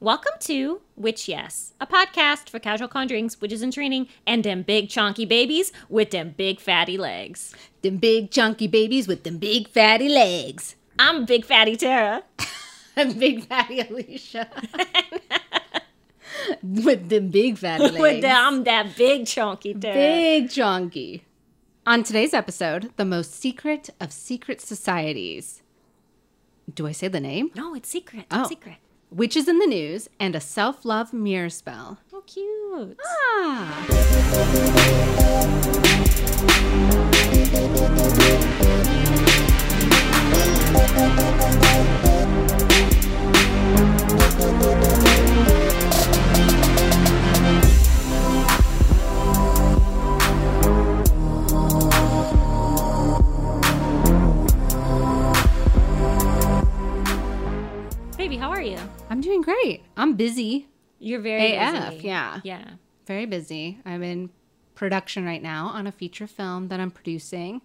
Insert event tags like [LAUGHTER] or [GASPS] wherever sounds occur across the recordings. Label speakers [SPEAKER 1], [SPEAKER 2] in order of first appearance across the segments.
[SPEAKER 1] Welcome to Witch Yes, a podcast for casual conjurings, witches in training, and them big chonky babies with them big fatty legs.
[SPEAKER 2] Them big chunky babies with them big fatty legs. [LAUGHS]
[SPEAKER 1] I'm Big Fatty Tara.
[SPEAKER 2] And big fatty Alicia. [LAUGHS] with them big fatty legs.
[SPEAKER 1] [LAUGHS] With the, I'm that big chonky Tara.
[SPEAKER 2] big chunky. On today's episode, the most secret of secret societies. Do I say the name?
[SPEAKER 1] No, it's secret.
[SPEAKER 2] Oh.
[SPEAKER 1] It's secret.
[SPEAKER 2] Witches in the News and a self love mirror spell.
[SPEAKER 1] Oh, cute.
[SPEAKER 2] Ah.
[SPEAKER 1] Baby, how are you?
[SPEAKER 2] I'm doing great. I'm busy.
[SPEAKER 1] You're very
[SPEAKER 2] AF,
[SPEAKER 1] busy.
[SPEAKER 2] yeah.
[SPEAKER 1] Yeah.
[SPEAKER 2] very busy. I'm in production right now on a feature film that I'm producing.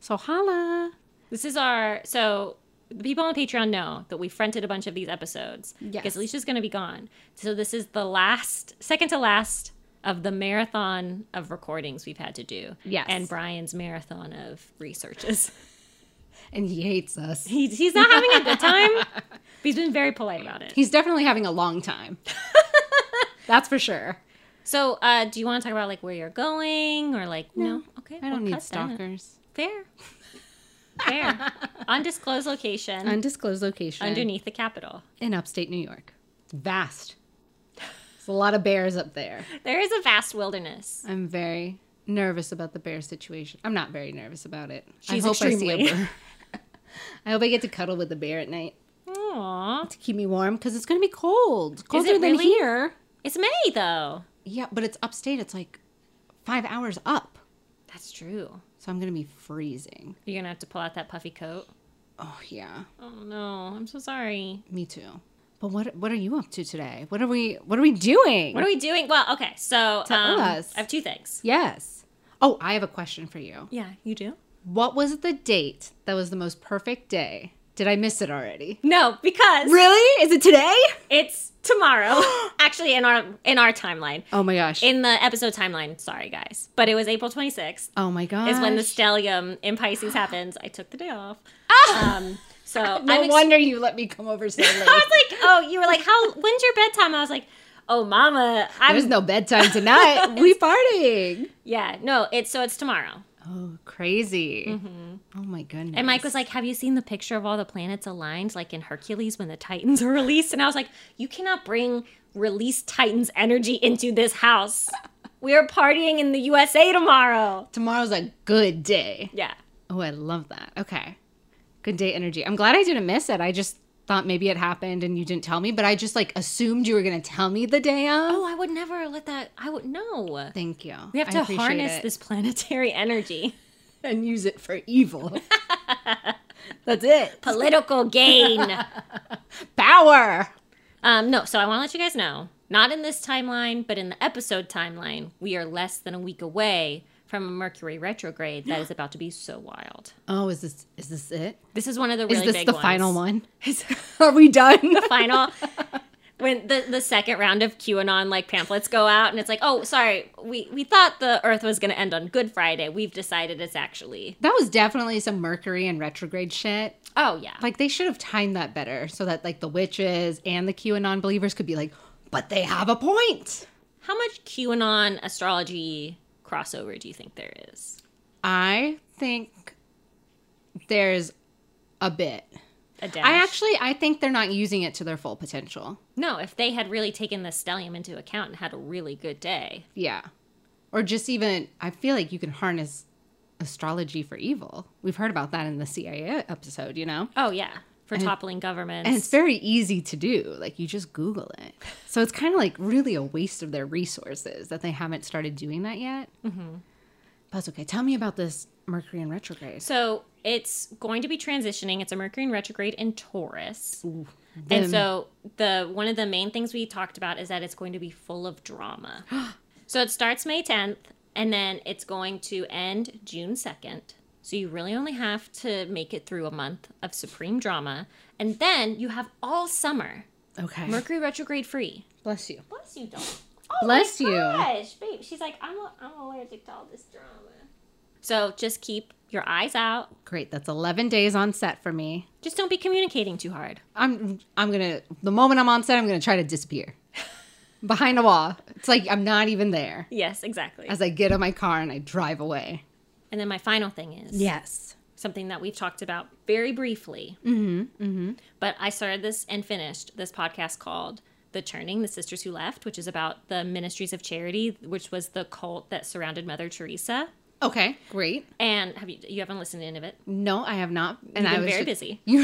[SPEAKER 2] So holla.
[SPEAKER 1] This is our so the people on Patreon know that we fronted a bunch of these episodes because
[SPEAKER 2] Yes.
[SPEAKER 1] Alicia's going to be gone. So this is the last, second to last of the marathon of recordings we've had to do.
[SPEAKER 2] Yes.
[SPEAKER 1] and Brian's marathon of researches. [LAUGHS]
[SPEAKER 2] And he hates us.
[SPEAKER 1] He, he's not having a good
[SPEAKER 2] [LAUGHS]
[SPEAKER 1] time. But he's been very polite about it.
[SPEAKER 2] He's definitely having a long [LAUGHS] time. That's for sure.
[SPEAKER 1] So, uh, do you want to talk about like where you're going or like no? Okay,
[SPEAKER 2] I don't
[SPEAKER 1] we'll
[SPEAKER 2] need
[SPEAKER 1] cut that.
[SPEAKER 2] stalkers.
[SPEAKER 1] Fair,
[SPEAKER 2] [LAUGHS]
[SPEAKER 1] fair. Undisclosed location
[SPEAKER 2] Undisclosed location.
[SPEAKER 1] underneath the Capitol.
[SPEAKER 2] In upstate New York. It's vast. There's a lot of bears up there.
[SPEAKER 1] There is a vast wilderness.
[SPEAKER 2] I'm very nervous about the bear situation. I'm not very nervous about it.
[SPEAKER 1] She's
[SPEAKER 2] I hope I
[SPEAKER 1] extremely.
[SPEAKER 2] see a bear. [LAUGHS] I hope I get to cuddle with the bear at night
[SPEAKER 1] Aww.
[SPEAKER 2] to keep me warm because it's going to be cold. Colder
[SPEAKER 1] it
[SPEAKER 2] than
[SPEAKER 1] really?
[SPEAKER 2] here.
[SPEAKER 1] It's May though.
[SPEAKER 2] Yeah, but it's upstate. It's like five hours up.
[SPEAKER 1] That's true.
[SPEAKER 2] So I'm going to be freezing.
[SPEAKER 1] You're gonna have to pull out that puffy coat.
[SPEAKER 2] Oh, yeah.
[SPEAKER 1] Oh no, I'm so sorry.
[SPEAKER 2] Me too. But what what are you up to today? What are we what are we doing?
[SPEAKER 1] What are we doing? Well, okay, so
[SPEAKER 2] Tell
[SPEAKER 1] um,
[SPEAKER 2] us.
[SPEAKER 1] I have two things.
[SPEAKER 2] yes. Oh, I have a question for you.
[SPEAKER 1] Yeah, you do.
[SPEAKER 2] What was the date that was the most perfect day? Did I miss it already?
[SPEAKER 1] No, because
[SPEAKER 2] Really? Is it today?
[SPEAKER 1] it's [GASPS] tomorrow. Actually, in our in our timeline,
[SPEAKER 2] Oh my gosh.
[SPEAKER 1] in the episode timeline. Sorry, guys, but it was April 26th
[SPEAKER 2] oh my gosh.
[SPEAKER 1] is when the stellium in Pisces happens. I took the day [LAUGHS] off. Um, so
[SPEAKER 2] No
[SPEAKER 1] I'm ex-
[SPEAKER 2] wonder you let me come over so
[SPEAKER 1] [LAUGHS] I [LAUGHS] was
[SPEAKER 2] late.
[SPEAKER 1] like, oh, you were like, how? When's your bedtime? I was like, oh, mama, I'm
[SPEAKER 2] There's no bedtime
[SPEAKER 1] [LAUGHS]
[SPEAKER 2] tonight. we partying.
[SPEAKER 1] yeah, no, it's so it's tomorrow.
[SPEAKER 2] Oh, crazy.
[SPEAKER 1] Mm-hmm.
[SPEAKER 2] Oh my goodness.
[SPEAKER 1] And Mike was like, Have you seen the picture of all the planets aligned, like in Hercules when the Titans [LAUGHS] are released? And I was like, You cannot bring released Titans energy into this house. We are partying in the USA tomorrow.
[SPEAKER 2] tomorrow's a good day.
[SPEAKER 1] Yeah.
[SPEAKER 2] Oh, I love that. Okay. Good day energy. I'm glad I didn't miss it. I just thought maybe it happened and you didn't tell me, but I just like assumed you were going to tell me the day of.
[SPEAKER 1] Oh, I would never let that. I would, no.
[SPEAKER 2] Thank you.
[SPEAKER 1] We have
[SPEAKER 2] I
[SPEAKER 1] to
[SPEAKER 2] appreciate
[SPEAKER 1] harness
[SPEAKER 2] it.
[SPEAKER 1] this planetary [LAUGHS] energy.
[SPEAKER 2] and use it for [LAUGHS] evil. That's it.
[SPEAKER 1] Political gain.
[SPEAKER 2] Power.
[SPEAKER 1] [LAUGHS] um, no, so I want to let you guys know not in this timeline, but in the episode timeline, we are less than a week away from a Mercury retrograde
[SPEAKER 2] [GASPS]
[SPEAKER 1] that is about to be so wild.
[SPEAKER 2] Oh, is this is this it?
[SPEAKER 1] This is one of the
[SPEAKER 2] Is
[SPEAKER 1] really
[SPEAKER 2] this
[SPEAKER 1] big
[SPEAKER 2] the
[SPEAKER 1] ones.
[SPEAKER 2] final one? [LAUGHS] Are we done?
[SPEAKER 1] final when the, the second round of QAnon like pamphlets go out and it's like, oh, sorry, we, we thought the earth was gonna end on Good Friday. We've decided it's actually
[SPEAKER 2] that was definitely some Mercury and retrograde shit.
[SPEAKER 1] Oh yeah.
[SPEAKER 2] Like they should have timed that better so that like the witches and the QAnon believers could be like, but they have a point.
[SPEAKER 1] How much QAnon astrology crossover do you think there is?
[SPEAKER 2] I think there's a bit.
[SPEAKER 1] A dash.
[SPEAKER 2] I actually I think they're not using it to their full potential.
[SPEAKER 1] No, if they had really taken the stellium into account and had a really good day.
[SPEAKER 2] Yeah. Or just even I feel like you can harness astrology for evil. We've heard about that in the CIA episode, you know?
[SPEAKER 1] Oh yeah. For toppling governments.
[SPEAKER 2] And it's very easy to do. Like you just Google it. So it's kind of like really a waste of their resources that they haven't started doing that yet. Mm-hmm. But it's okay. Tell me about this Mercury in retrograde.
[SPEAKER 1] so it's going to be transitioning. It's a Mercury in retrograde in Taurus.
[SPEAKER 2] Them-
[SPEAKER 1] And so the one of the main things we talked about is that it's going to be full of
[SPEAKER 2] [GASPS]
[SPEAKER 1] drama. so it starts May 10th and then it's going to end June 2nd. So you really only have to make it through a month of supreme drama and then you have all summer
[SPEAKER 2] Okay.
[SPEAKER 1] Mercury retrograde free.
[SPEAKER 2] Bless you.
[SPEAKER 1] Bless you, don't. Oh
[SPEAKER 2] Bless
[SPEAKER 1] my
[SPEAKER 2] you.
[SPEAKER 1] gosh, babe. She's like, I'm, a, I'm allergic to all this drama. So just keep your eyes out.
[SPEAKER 2] Great. That's 11 days on set for me.
[SPEAKER 1] Just don't be communicating too hard.
[SPEAKER 2] I'm I'm going to the moment I'm on set, I'm going to try to disappear [LAUGHS] behind a wall. It's like I'm not even there.
[SPEAKER 1] Yes, exactly.
[SPEAKER 2] As I get in my car and I drive away.
[SPEAKER 1] And then my final thing is
[SPEAKER 2] Yes.
[SPEAKER 1] something that we've talked about very briefly. Mm-hmm. But I started this and finished this podcast called The Churning, The Sisters Who Left, which is about the Ministries of Charity, which was the cult that surrounded Mother Teresa.
[SPEAKER 2] Okay. Great.
[SPEAKER 1] And have you you haven't listened to any of it?
[SPEAKER 2] No, I have not. And
[SPEAKER 1] You've
[SPEAKER 2] I
[SPEAKER 1] been
[SPEAKER 2] was
[SPEAKER 1] very
[SPEAKER 2] ju-
[SPEAKER 1] busy.
[SPEAKER 2] [LAUGHS] You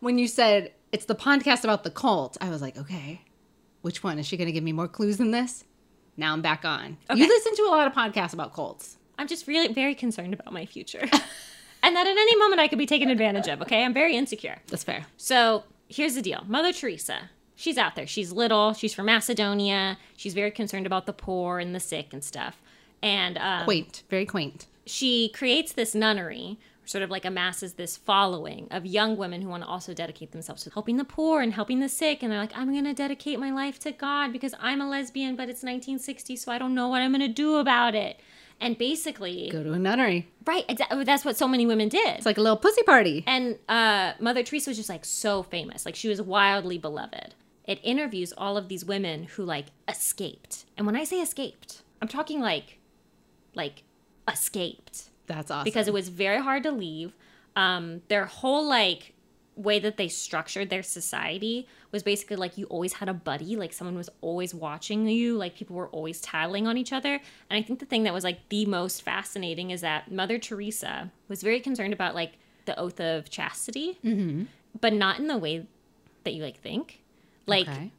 [SPEAKER 2] when you said it's the podcast about the cult, I was like, okay, which one is she going to give me more clues than this? Now I'm back on.
[SPEAKER 1] Okay.
[SPEAKER 2] You listen to a lot of podcasts about cults.
[SPEAKER 1] I'm just really very concerned about my future. [LAUGHS] and that at any moment I could be taken advantage of, okay? I'm very insecure.
[SPEAKER 2] That's fair.
[SPEAKER 1] So here's the deal Mother Teresa, she's out there. She's little. She's from Macedonia. She's very concerned about the poor and the sick and stuff. And um,
[SPEAKER 2] Quaint, very quaint.
[SPEAKER 1] she creates this nunnery, sort of like amasses this following of young women who want to also dedicate themselves to helping the poor and helping the sick. And they're like, I'm going to dedicate my life to God because I'm a lesbian, but it's 1960, so I don't know what I'm going to do about it. And basically,
[SPEAKER 2] Go to a nunnery.
[SPEAKER 1] right, exactly. That's what so many women did.
[SPEAKER 2] It's like a little pussy party.
[SPEAKER 1] And uh, Mother Teresa was just like so famous. Like she was wildly beloved. It interviews all of these women who like escaped. And when I say escaped, I'm talking like, like escaped
[SPEAKER 2] That's awesome.
[SPEAKER 1] because it was very hard to leave. Um, their whole like way that they structured their society was basically like you always had a buddy, like someone was always watching you, like people were always tattling on each other. And I think the thing that was like the most fascinating is that Mother Teresa was very concerned about like the oath of chastity, but not in the way that you like think. Like
[SPEAKER 2] okay.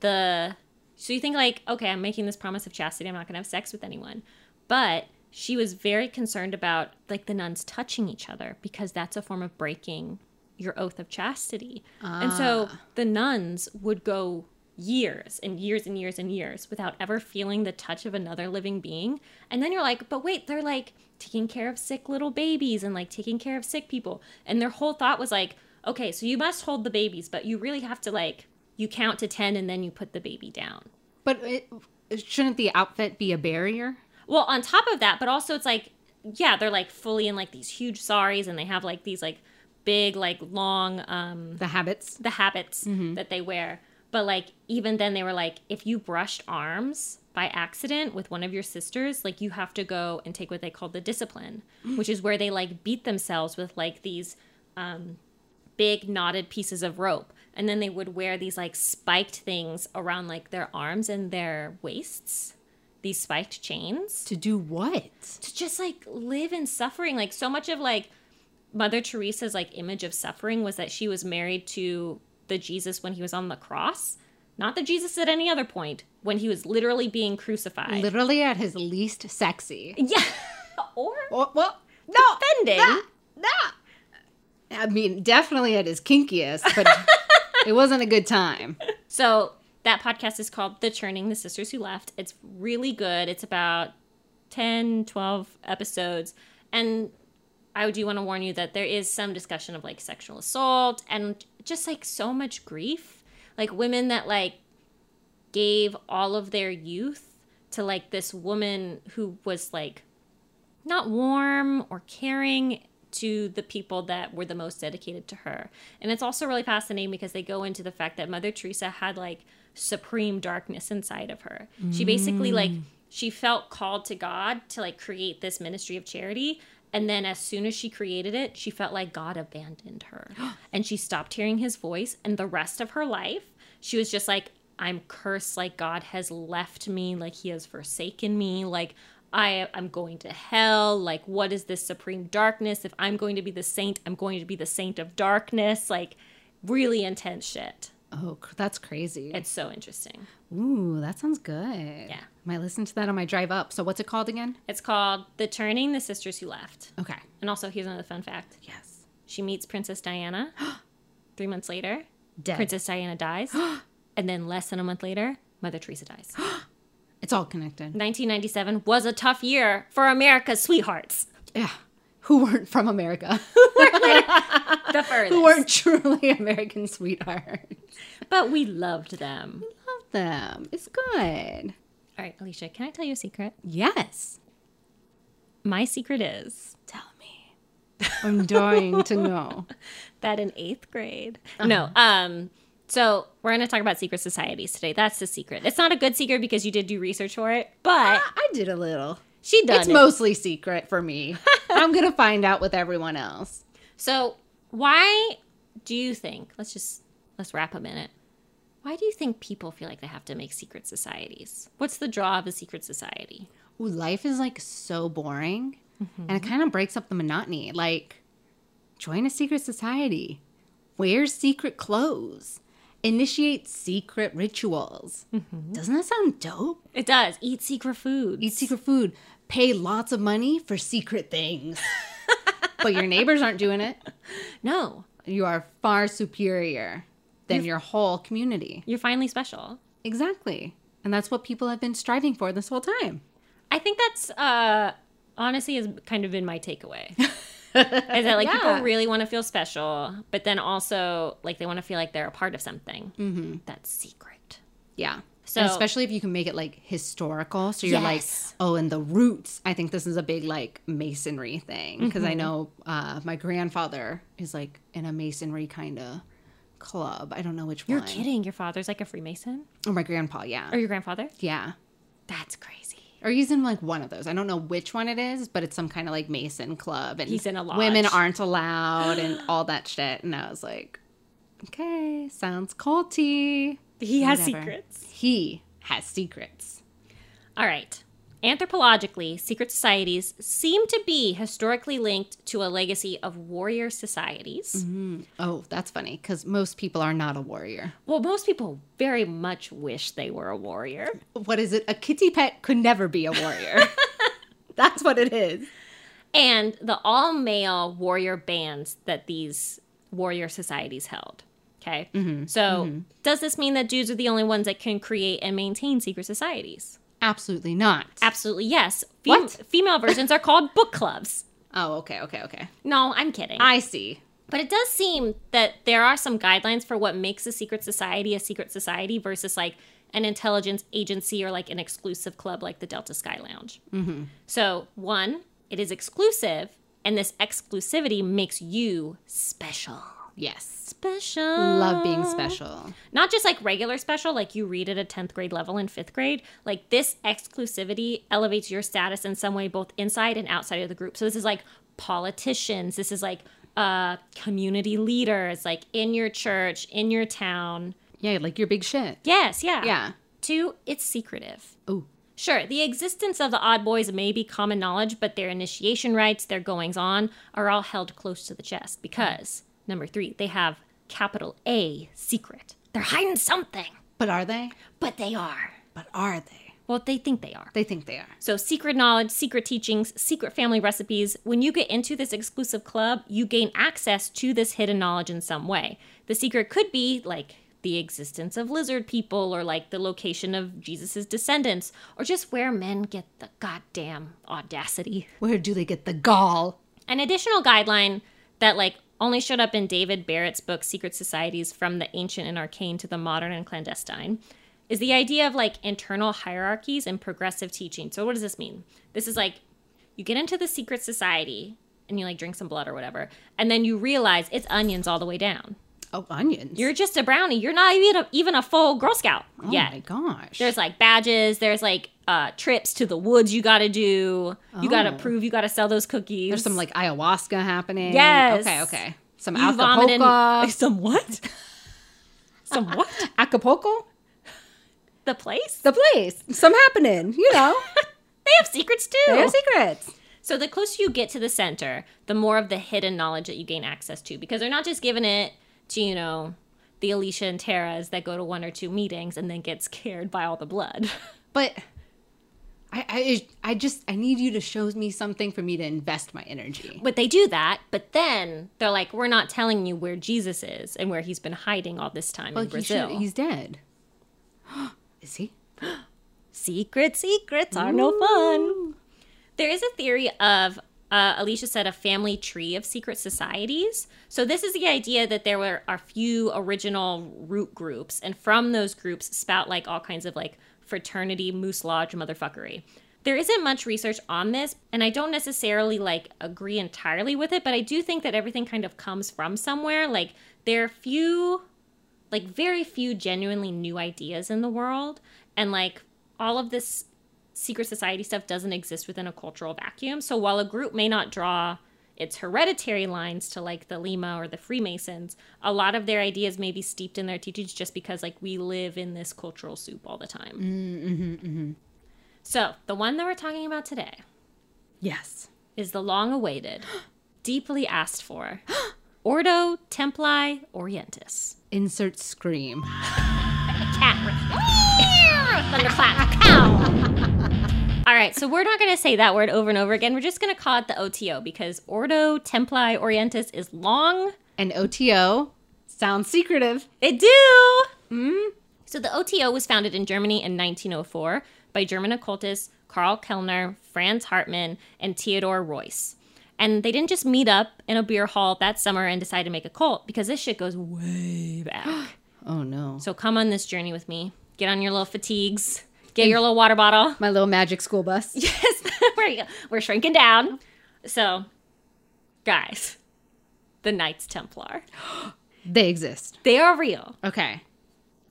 [SPEAKER 1] the so you think like okay i'm making this promise of chastity i'm not going to have sex with anyone but she was very concerned about like the nuns touching each other because that's a form of breaking your oath of chastity and so the nuns would go years and years and years and years without ever feeling the touch of another living being and then you're like but wait they're like taking care of sick little babies and like taking care of sick people and their whole thought was like okay so you must hold the babies but you really have to like you count to 10 and then you put the baby down.
[SPEAKER 2] But it, shouldn't the outfit be a barrier?
[SPEAKER 1] Well, on top of that, but also it's like, yeah, they're like fully in like these huge saris and they have like these like big, like long, um,
[SPEAKER 2] The habits.
[SPEAKER 1] the habits that they wear. But like, even then, they were like, if you brushed arms by accident with one of your sisters, like you have to go and take what they call the discipline, which is where they like beat themselves with like these um, big knotted pieces of rope and then they would wear these like spiked things around like their arms and their waists these spiked chains
[SPEAKER 2] To do what?
[SPEAKER 1] to just like live in suffering like so much of like mother teresa's like image of suffering was that she was married to the jesus when he was on the cross not the jesus at any other point when he was literally being crucified
[SPEAKER 2] Literally at his least sexy.
[SPEAKER 1] yeah [LAUGHS] or
[SPEAKER 2] Well, well no.
[SPEAKER 1] Defending.
[SPEAKER 2] Nah, nah. I mean, definitely at his kinkiest,
[SPEAKER 1] [LAUGHS]
[SPEAKER 2] but it wasn't a good time.
[SPEAKER 1] So that podcast is called The Churning, The Sisters Who Left. It's really good. It's about 10, 12 episodes. And I do want to warn you that there is some discussion of like sexual assault and just like so much grief. Like women that like gave all of their youth to like this woman who was like not warm or caring to the people that were the most dedicated to her. And it's also really fascinating because they go into the fact that Mother Teresa had like supreme darkness inside of her. She basically like she felt called to God to like create this ministry of charity and then as soon as she created it, she felt like God abandoned her and she stopped hearing his voice and the rest of her life she was just like I'm cursed like God has left me, like he has forsaken me, like I I'm going to hell. Like what is this supreme darkness? If I'm going to be the saint, I'm going to be the saint of darkness. Like really intense shit.
[SPEAKER 2] Oh, cr- that's crazy.
[SPEAKER 1] It's so interesting.
[SPEAKER 2] Ooh, that sounds good.
[SPEAKER 1] Yeah.
[SPEAKER 2] Might listen to that on my drive up. So, what's it called again?
[SPEAKER 1] It's called The Turning, The Sisters Who Left.
[SPEAKER 2] Okay.
[SPEAKER 1] And also here's another fun fact.
[SPEAKER 2] Yes.
[SPEAKER 1] She meets Princess Diana 3 months later.
[SPEAKER 2] Dead.
[SPEAKER 1] Princess Diana dies. and then less than a month later, Mother Teresa dies. [GASPS]
[SPEAKER 2] It's all connected.
[SPEAKER 1] 1997 was a tough year for America's sweethearts.
[SPEAKER 2] Yeah. who weren't from America, [LAUGHS]
[SPEAKER 1] [LAUGHS] the furthest.
[SPEAKER 2] who weren't truly American sweethearts.
[SPEAKER 1] But we loved them.
[SPEAKER 2] Love them. It's good.
[SPEAKER 1] All right, Alicia, can I tell you a secret?
[SPEAKER 2] Yes.
[SPEAKER 1] My secret is
[SPEAKER 2] Tell me. I'm dying [LAUGHS] to know.
[SPEAKER 1] that in eighth grade. No, um, so we're going to talk about secret societies today. That's the secret. It's not a good secret because you did do research for it, but
[SPEAKER 2] I did a little.
[SPEAKER 1] she does.
[SPEAKER 2] It's mostly secret for [LAUGHS] me. I'm gonna find out with everyone else.
[SPEAKER 1] So, why do you think? Let's just let's wrap a minute. Why do you think people feel like they have to make secret societies? What's the draw of a secret society?
[SPEAKER 2] Ooh, life is like so boring, and it kind of breaks up the monotony. Like, join a secret society, wear secret clothes, initiate secret rituals. Doesn't that sound dope?
[SPEAKER 1] It does eat secret foods.
[SPEAKER 2] Eat secret food, pay lots of money for
[SPEAKER 1] [LAUGHS]
[SPEAKER 2] secret things, but your neighbors aren't doing it.
[SPEAKER 1] no,
[SPEAKER 2] You are far superior than your whole community.
[SPEAKER 1] you're finally special.
[SPEAKER 2] Exactly. And that's what people have been striving for this whole time.
[SPEAKER 1] I think that's uh, honestly has kind of been my [LAUGHS] takeaway. Is that like
[SPEAKER 2] Yeah.
[SPEAKER 1] people really want to feel special, but then also like they want to feel like they're a part of something that's secret.
[SPEAKER 2] Yeah.
[SPEAKER 1] So-
[SPEAKER 2] So especially if you can make it like historical, so you're
[SPEAKER 1] Yes.
[SPEAKER 2] like, oh, and the roots. I think this is a big like masonry thing because
[SPEAKER 1] Mm-hmm.
[SPEAKER 2] I know uh, my grandfather is like in a masonry kind of club. I don't know which
[SPEAKER 1] You're
[SPEAKER 2] one.
[SPEAKER 1] kidding. Your father's like a Freemason,
[SPEAKER 2] Or my grandpa, yeah,
[SPEAKER 1] or your grandfather?
[SPEAKER 2] yeah.
[SPEAKER 1] That's crazy.
[SPEAKER 2] Or he's in like one of those. I don't know which one it is, but it's some kind of like mason club, and
[SPEAKER 1] He's in a lodge.
[SPEAKER 2] Women aren't
[SPEAKER 1] [GASPS]
[SPEAKER 2] allowed, and all that shit. And I was like, okay, sounds culty.
[SPEAKER 1] He has
[SPEAKER 2] Whatever.
[SPEAKER 1] secrets.
[SPEAKER 2] He has secrets.
[SPEAKER 1] All right. Anthropologically, secret societies seem to be historically linked to a legacy of warrior societies.
[SPEAKER 2] Oh, that's funny because most people are not a warrior.
[SPEAKER 1] Well, most people very much wish they were a warrior.
[SPEAKER 2] What is it? A kitty pet could never be a warrior.
[SPEAKER 1] [LAUGHS]
[SPEAKER 2] that's what it is.
[SPEAKER 1] And the all male warrior bands that these warrior societies held. Okay. So, does this mean that dudes are the only ones that can create and maintain secret societies?
[SPEAKER 2] Absolutely not.
[SPEAKER 1] Absolutely yes. Fem-
[SPEAKER 2] What?
[SPEAKER 1] Female versions are called book clubs.
[SPEAKER 2] oh, okay, okay, okay.
[SPEAKER 1] No, I'm kidding.
[SPEAKER 2] I see.
[SPEAKER 1] But it does seem that there are some guidelines for what makes a secret society a secret society versus like an intelligence agency or like an exclusive club like the Delta Sky Lounge.
[SPEAKER 2] Mm-hmm.
[SPEAKER 1] So, one, it is exclusive, and this exclusivity makes you special.
[SPEAKER 2] Yes.
[SPEAKER 1] Special.
[SPEAKER 2] Love being special.
[SPEAKER 1] Not just like regular special, like you read at a 10th grade level in fifth grade. Like this exclusivity elevates your status in some way, both inside and outside of the group. So this is like politicians. This is like uh, community leaders, like in your church, in your town.
[SPEAKER 2] Yeah, like your big shit.
[SPEAKER 1] Yes, yeah.
[SPEAKER 2] Yeah.
[SPEAKER 1] Two, it's secretive.
[SPEAKER 2] Ooh.
[SPEAKER 1] Sure, the existence of the Odd Boys may be common knowledge, but their initiation rites, their goings on, are all held close to the chest because, number three, they have capital A secret. They're hiding something,
[SPEAKER 2] But are they?
[SPEAKER 1] but they are.
[SPEAKER 2] But are they?
[SPEAKER 1] Well, they think they are.
[SPEAKER 2] They think they are.
[SPEAKER 1] So, secret knowledge, secret teachings, secret family recipes. When you get into this exclusive club, you gain access to this hidden knowledge in some way. The secret could be like the existence of lizard people, or like the location of Jesus' descendants, or just where men get the goddamn audacity.
[SPEAKER 2] Where do they get the gall?
[SPEAKER 1] An additional guideline that, like, only showed up in David Barrett's book, Secret Societies from the Ancient and Arcane to the Modern and Clandestine, is the idea of like internal hierarchies and progressive teaching. So, what does this mean? This is like you get into the secret society and you like drink some blood or whatever, and then you realize it's onions all the way down.
[SPEAKER 2] Oh, onions.
[SPEAKER 1] You're just a brownie. You're not even a, even a full Girl Scout
[SPEAKER 2] oh
[SPEAKER 1] yet.
[SPEAKER 2] my gosh.
[SPEAKER 1] There's like badges. There's like uh, trips to the woods you got to do. You got to
[SPEAKER 2] Oh.
[SPEAKER 1] prove. You got to sell those cookies.
[SPEAKER 2] There's some like ayahuasca happening.
[SPEAKER 1] Yes.
[SPEAKER 2] Okay, okay. Some
[SPEAKER 1] You vomited.
[SPEAKER 2] Acapulco.
[SPEAKER 1] Some what? some what?
[SPEAKER 2] [LAUGHS] Acapulco?
[SPEAKER 1] The place?
[SPEAKER 2] The place. Some happening,
[SPEAKER 1] [LAUGHS]
[SPEAKER 2] you know.
[SPEAKER 1] They have secrets too.
[SPEAKER 2] They have secrets.
[SPEAKER 1] so the closer you get to the center, the more of the hidden knowledge that you gain access to, because they're not just giving it to you know the Alicia and Tara's that go to one or two meetings and then get scared by all the blood. [LAUGHS]
[SPEAKER 2] But I, I, I just, I need you to show me something for me to invest my energy.
[SPEAKER 1] But they do that, but then they're like, "We're not telling you where Jesus is and where he's been hiding all this time
[SPEAKER 2] Well,
[SPEAKER 1] in
[SPEAKER 2] he
[SPEAKER 1] Brazil."
[SPEAKER 2] should- he's dead. [GASPS] Is he?
[SPEAKER 1] Secret secrets are no fun. There is a theory of Uh, Alicia said a family tree of secret societies. So this is the idea that there were a few original root groups, and from those groups spout like all kinds of like fraternity, moose lodge, motherfuckery. There isn't much research on this, and I don't necessarily like agree entirely with it, but I do think that everything kind of comes from somewhere. Like there are few like very few genuinely new ideas in the world and like all of this secret society stuff doesn't exist within a cultural vacuum so while a group may not draw its hereditary lines to like the lima or the freemasons a lot of their ideas may be steeped in their teachings just because like we live in this cultural soup all the time so the one that we're talking about today
[SPEAKER 2] Yes.
[SPEAKER 1] is the long awaited [GASPS] deeply asked for ordo templi orientis
[SPEAKER 2] Insert scream.
[SPEAKER 1] cat. [LAUGHS] Thunderclap. Cow. [LAUGHS] All right, so we're not going to say that word over and over again. We're just going to call it the OTO because Ordo Templi Orientis is long.
[SPEAKER 2] And OTO sounds secretive.
[SPEAKER 1] It do. Mm. So the OTO was founded in Germany in 1904 by German occultists Karl Kellner, Franz Hartmann, and Theodore Royce. And they didn't just meet up in a beer hall that summer and decide to make a cult because this shit goes way back.
[SPEAKER 2] Oh no.
[SPEAKER 1] So come on this journey with me. Get on your little fatigues. Get your little water bottle. [LAUGHS]
[SPEAKER 2] My little magic school bus.
[SPEAKER 1] Yes, we're, we're shrinking down. So, guys, the Knights Templar.
[SPEAKER 2] They exist.
[SPEAKER 1] They are real.
[SPEAKER 2] Okay.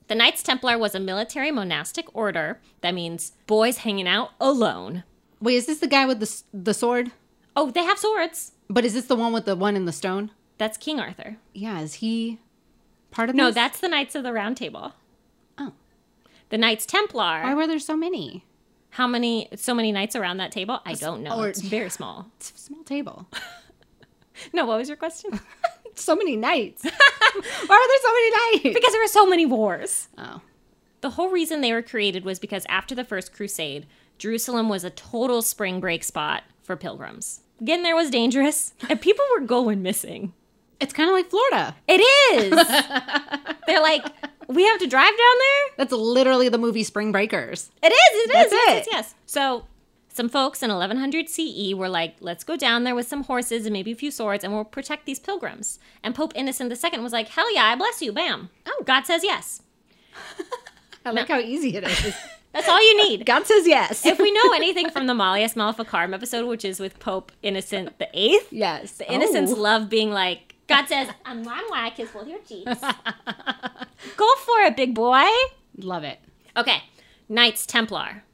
[SPEAKER 1] The Knights Templar was a military monastic order. That means boys hanging out alone.
[SPEAKER 2] Wait, is this the guy with the s- the sword?
[SPEAKER 1] Oh, they have swords.
[SPEAKER 2] But is this the one with the one in the stone?
[SPEAKER 1] That's King Arthur.
[SPEAKER 2] Yeah, is he part of
[SPEAKER 1] No,
[SPEAKER 2] this?
[SPEAKER 1] that's the Knights of the Round Table.
[SPEAKER 2] Oh.
[SPEAKER 1] The Knights Templar.
[SPEAKER 2] Why were there so many?
[SPEAKER 1] How many, so many knights around that table? I don't know.
[SPEAKER 2] or-
[SPEAKER 1] it's very small. [LAUGHS]
[SPEAKER 2] It's a small table.
[SPEAKER 1] No, what was your question?
[SPEAKER 2] [LAUGHS] so many knights. [LAUGHS] Why are there so many knights?
[SPEAKER 1] because there were so many wars.
[SPEAKER 2] Oh.
[SPEAKER 1] The whole reason they were created was because after the First Crusade, Jerusalem was a total spring break spot for pilgrims. Getting there was [LAUGHS] dangerous, and people were going missing.
[SPEAKER 2] It's kind of like Florida.
[SPEAKER 1] It is! [LAUGHS] They're like, we have to drive down there?
[SPEAKER 2] That's literally the movie Spring Breakers.
[SPEAKER 1] It is, it is,
[SPEAKER 2] That's
[SPEAKER 1] yes,
[SPEAKER 2] it.
[SPEAKER 1] yes, yes. So some folks in 1100 CE E were like, let's go down there with some horses and maybe a few swords and we'll protect these pilgrims. And Pope Innocent II was like, hell yeah, I bless you, bam. Oh, God says yes.
[SPEAKER 2] I like how easy it [LAUGHS] is.
[SPEAKER 1] That's all you need.
[SPEAKER 2] God says yes.
[SPEAKER 1] if we know anything from the Malleus Maleficarum episode, which is with Pope Innocent the Eighth,
[SPEAKER 2] yes. Oh. The
[SPEAKER 1] innocents love being like, God says, I'm why why kids will hear cheats. [LAUGHS] Go for it, big boy.
[SPEAKER 2] Love it.
[SPEAKER 1] Okay, Knights Templar,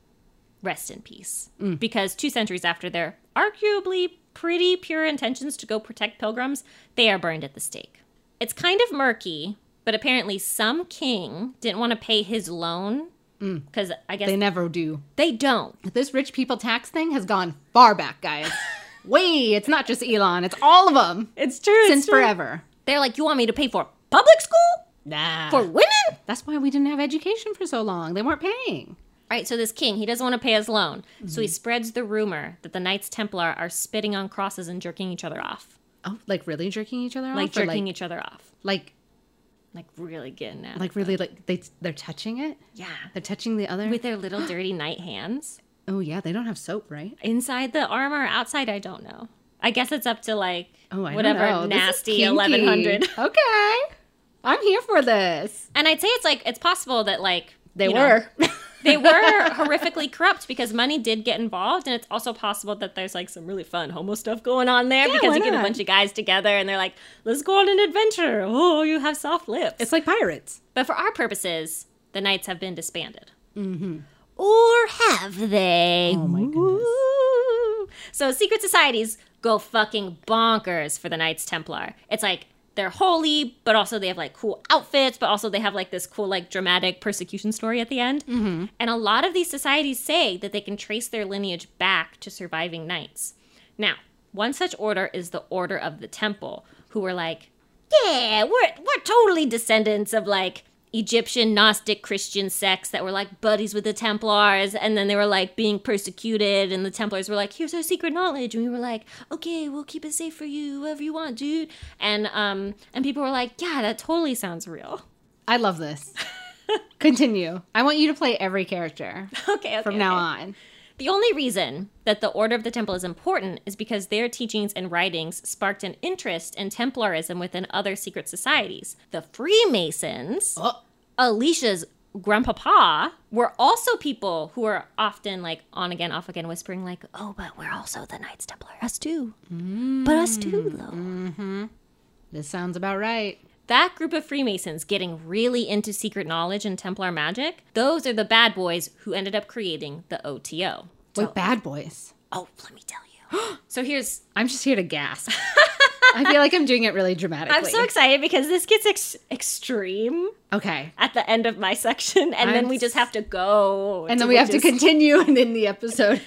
[SPEAKER 1] rest in peace. Because two centuries after their arguably pretty pure intentions to go protect pilgrims, they are burned at the stake. It's kind of murky, but apparently some king didn't want to pay his loan because I guess
[SPEAKER 2] They never do.
[SPEAKER 1] Mm. they don't.
[SPEAKER 2] This rich people tax thing has gone far back, [LAUGHS] guys. Way, it's not just Elon, it's all of them
[SPEAKER 1] It's true.
[SPEAKER 2] since forever.
[SPEAKER 1] They're like, you want me to pay for public school
[SPEAKER 2] Nah.
[SPEAKER 1] for women?
[SPEAKER 2] That's why we didn't have education for so long. They weren't paying.
[SPEAKER 1] Right. So this king, he doesn't want to pay his loan, so
[SPEAKER 2] Mm-hmm.
[SPEAKER 1] he spreads the rumor that the Knights Templar are spitting on crosses and jerking each other off,
[SPEAKER 2] Oh, like really jerking each other
[SPEAKER 1] like
[SPEAKER 2] off? Or,
[SPEAKER 1] jerking each other off,
[SPEAKER 2] like,
[SPEAKER 1] like really getting at, it.
[SPEAKER 2] like really like they they're touching it?
[SPEAKER 1] yeah,
[SPEAKER 2] They're touching the other?
[SPEAKER 1] with their little dirty knight hands
[SPEAKER 2] oh yeah, they don't have soap, right?
[SPEAKER 1] inside the armor, outside. I don't know. I guess it's up to like
[SPEAKER 2] Oh, I
[SPEAKER 1] whatever
[SPEAKER 2] don't know. This is
[SPEAKER 1] nasty
[SPEAKER 2] kinky.
[SPEAKER 1] eleven
[SPEAKER 2] [LAUGHS]
[SPEAKER 1] hundred.
[SPEAKER 2] Okay. I'm here for this.
[SPEAKER 1] And I'd say it's like it's possible that like
[SPEAKER 2] They
[SPEAKER 1] you know,
[SPEAKER 2] were.
[SPEAKER 1] they were horrifically corrupt because money did get involved and it's also possible that there's like some really fun homo stuff going on there because
[SPEAKER 2] why
[SPEAKER 1] you get a
[SPEAKER 2] not?
[SPEAKER 1] bunch of guys together and they're like let's go on an adventure oh you have soft lips
[SPEAKER 2] [LAUGHS] it's like pirates.
[SPEAKER 1] but for our purposes the knights have been disbanded mm-hmm. or have they oh
[SPEAKER 2] my goodness.
[SPEAKER 1] so secret societies go fucking bonkers for the knights templar it's like they're holy, but also they have like cool outfits, but also they have like this cool, like dramatic persecution story at the end. And a lot of these societies say that they can trace their lineage back to surviving knights. Now, one such order is the Order of the Temple, who were like, yeah, we're, we're totally descendants of like Egyptian Gnostic Christian sects that were like buddies with the Templars. And then they were like being persecuted, and the Templars were like, here's our secret knowledge. And we were like, okay, we'll keep it safe for you, whatever you want, dude. And, um, and people were like, yeah, that totally sounds real. [LAUGHS]
[SPEAKER 2] I love [LAUGHS] this. Continue. I want you to play every character
[SPEAKER 1] okay, okay.
[SPEAKER 2] from now
[SPEAKER 1] okay.
[SPEAKER 2] on.
[SPEAKER 1] The only reason that the Order of the Temple is important is because their teachings and writings sparked an interest in Templarism within other secret societies. The Freemasons,
[SPEAKER 2] Oh,
[SPEAKER 1] Alicia's grandpapa, were also people who are often like on again, off again, whispering, like, oh, but we're also the Knights Templar. Us too. But us too, though.
[SPEAKER 2] this sounds about right.
[SPEAKER 1] That group of Freemasons getting really into secret knowledge and Templar magic, those are the bad boys who ended up creating the OTO.
[SPEAKER 2] Wait, bad boys.
[SPEAKER 1] Oh, let me tell you. [GASPS] so here's
[SPEAKER 2] I'm just here to [LAUGHS] gasp. I feel like I'm doing it really dramatically.
[SPEAKER 1] I'm so excited because this gets ex- extreme
[SPEAKER 2] okay.
[SPEAKER 1] at the end of my section, and then
[SPEAKER 2] I'm
[SPEAKER 1] we just have to go.
[SPEAKER 2] And then we have to
[SPEAKER 1] just-
[SPEAKER 2] continue [LAUGHS] and end the episode.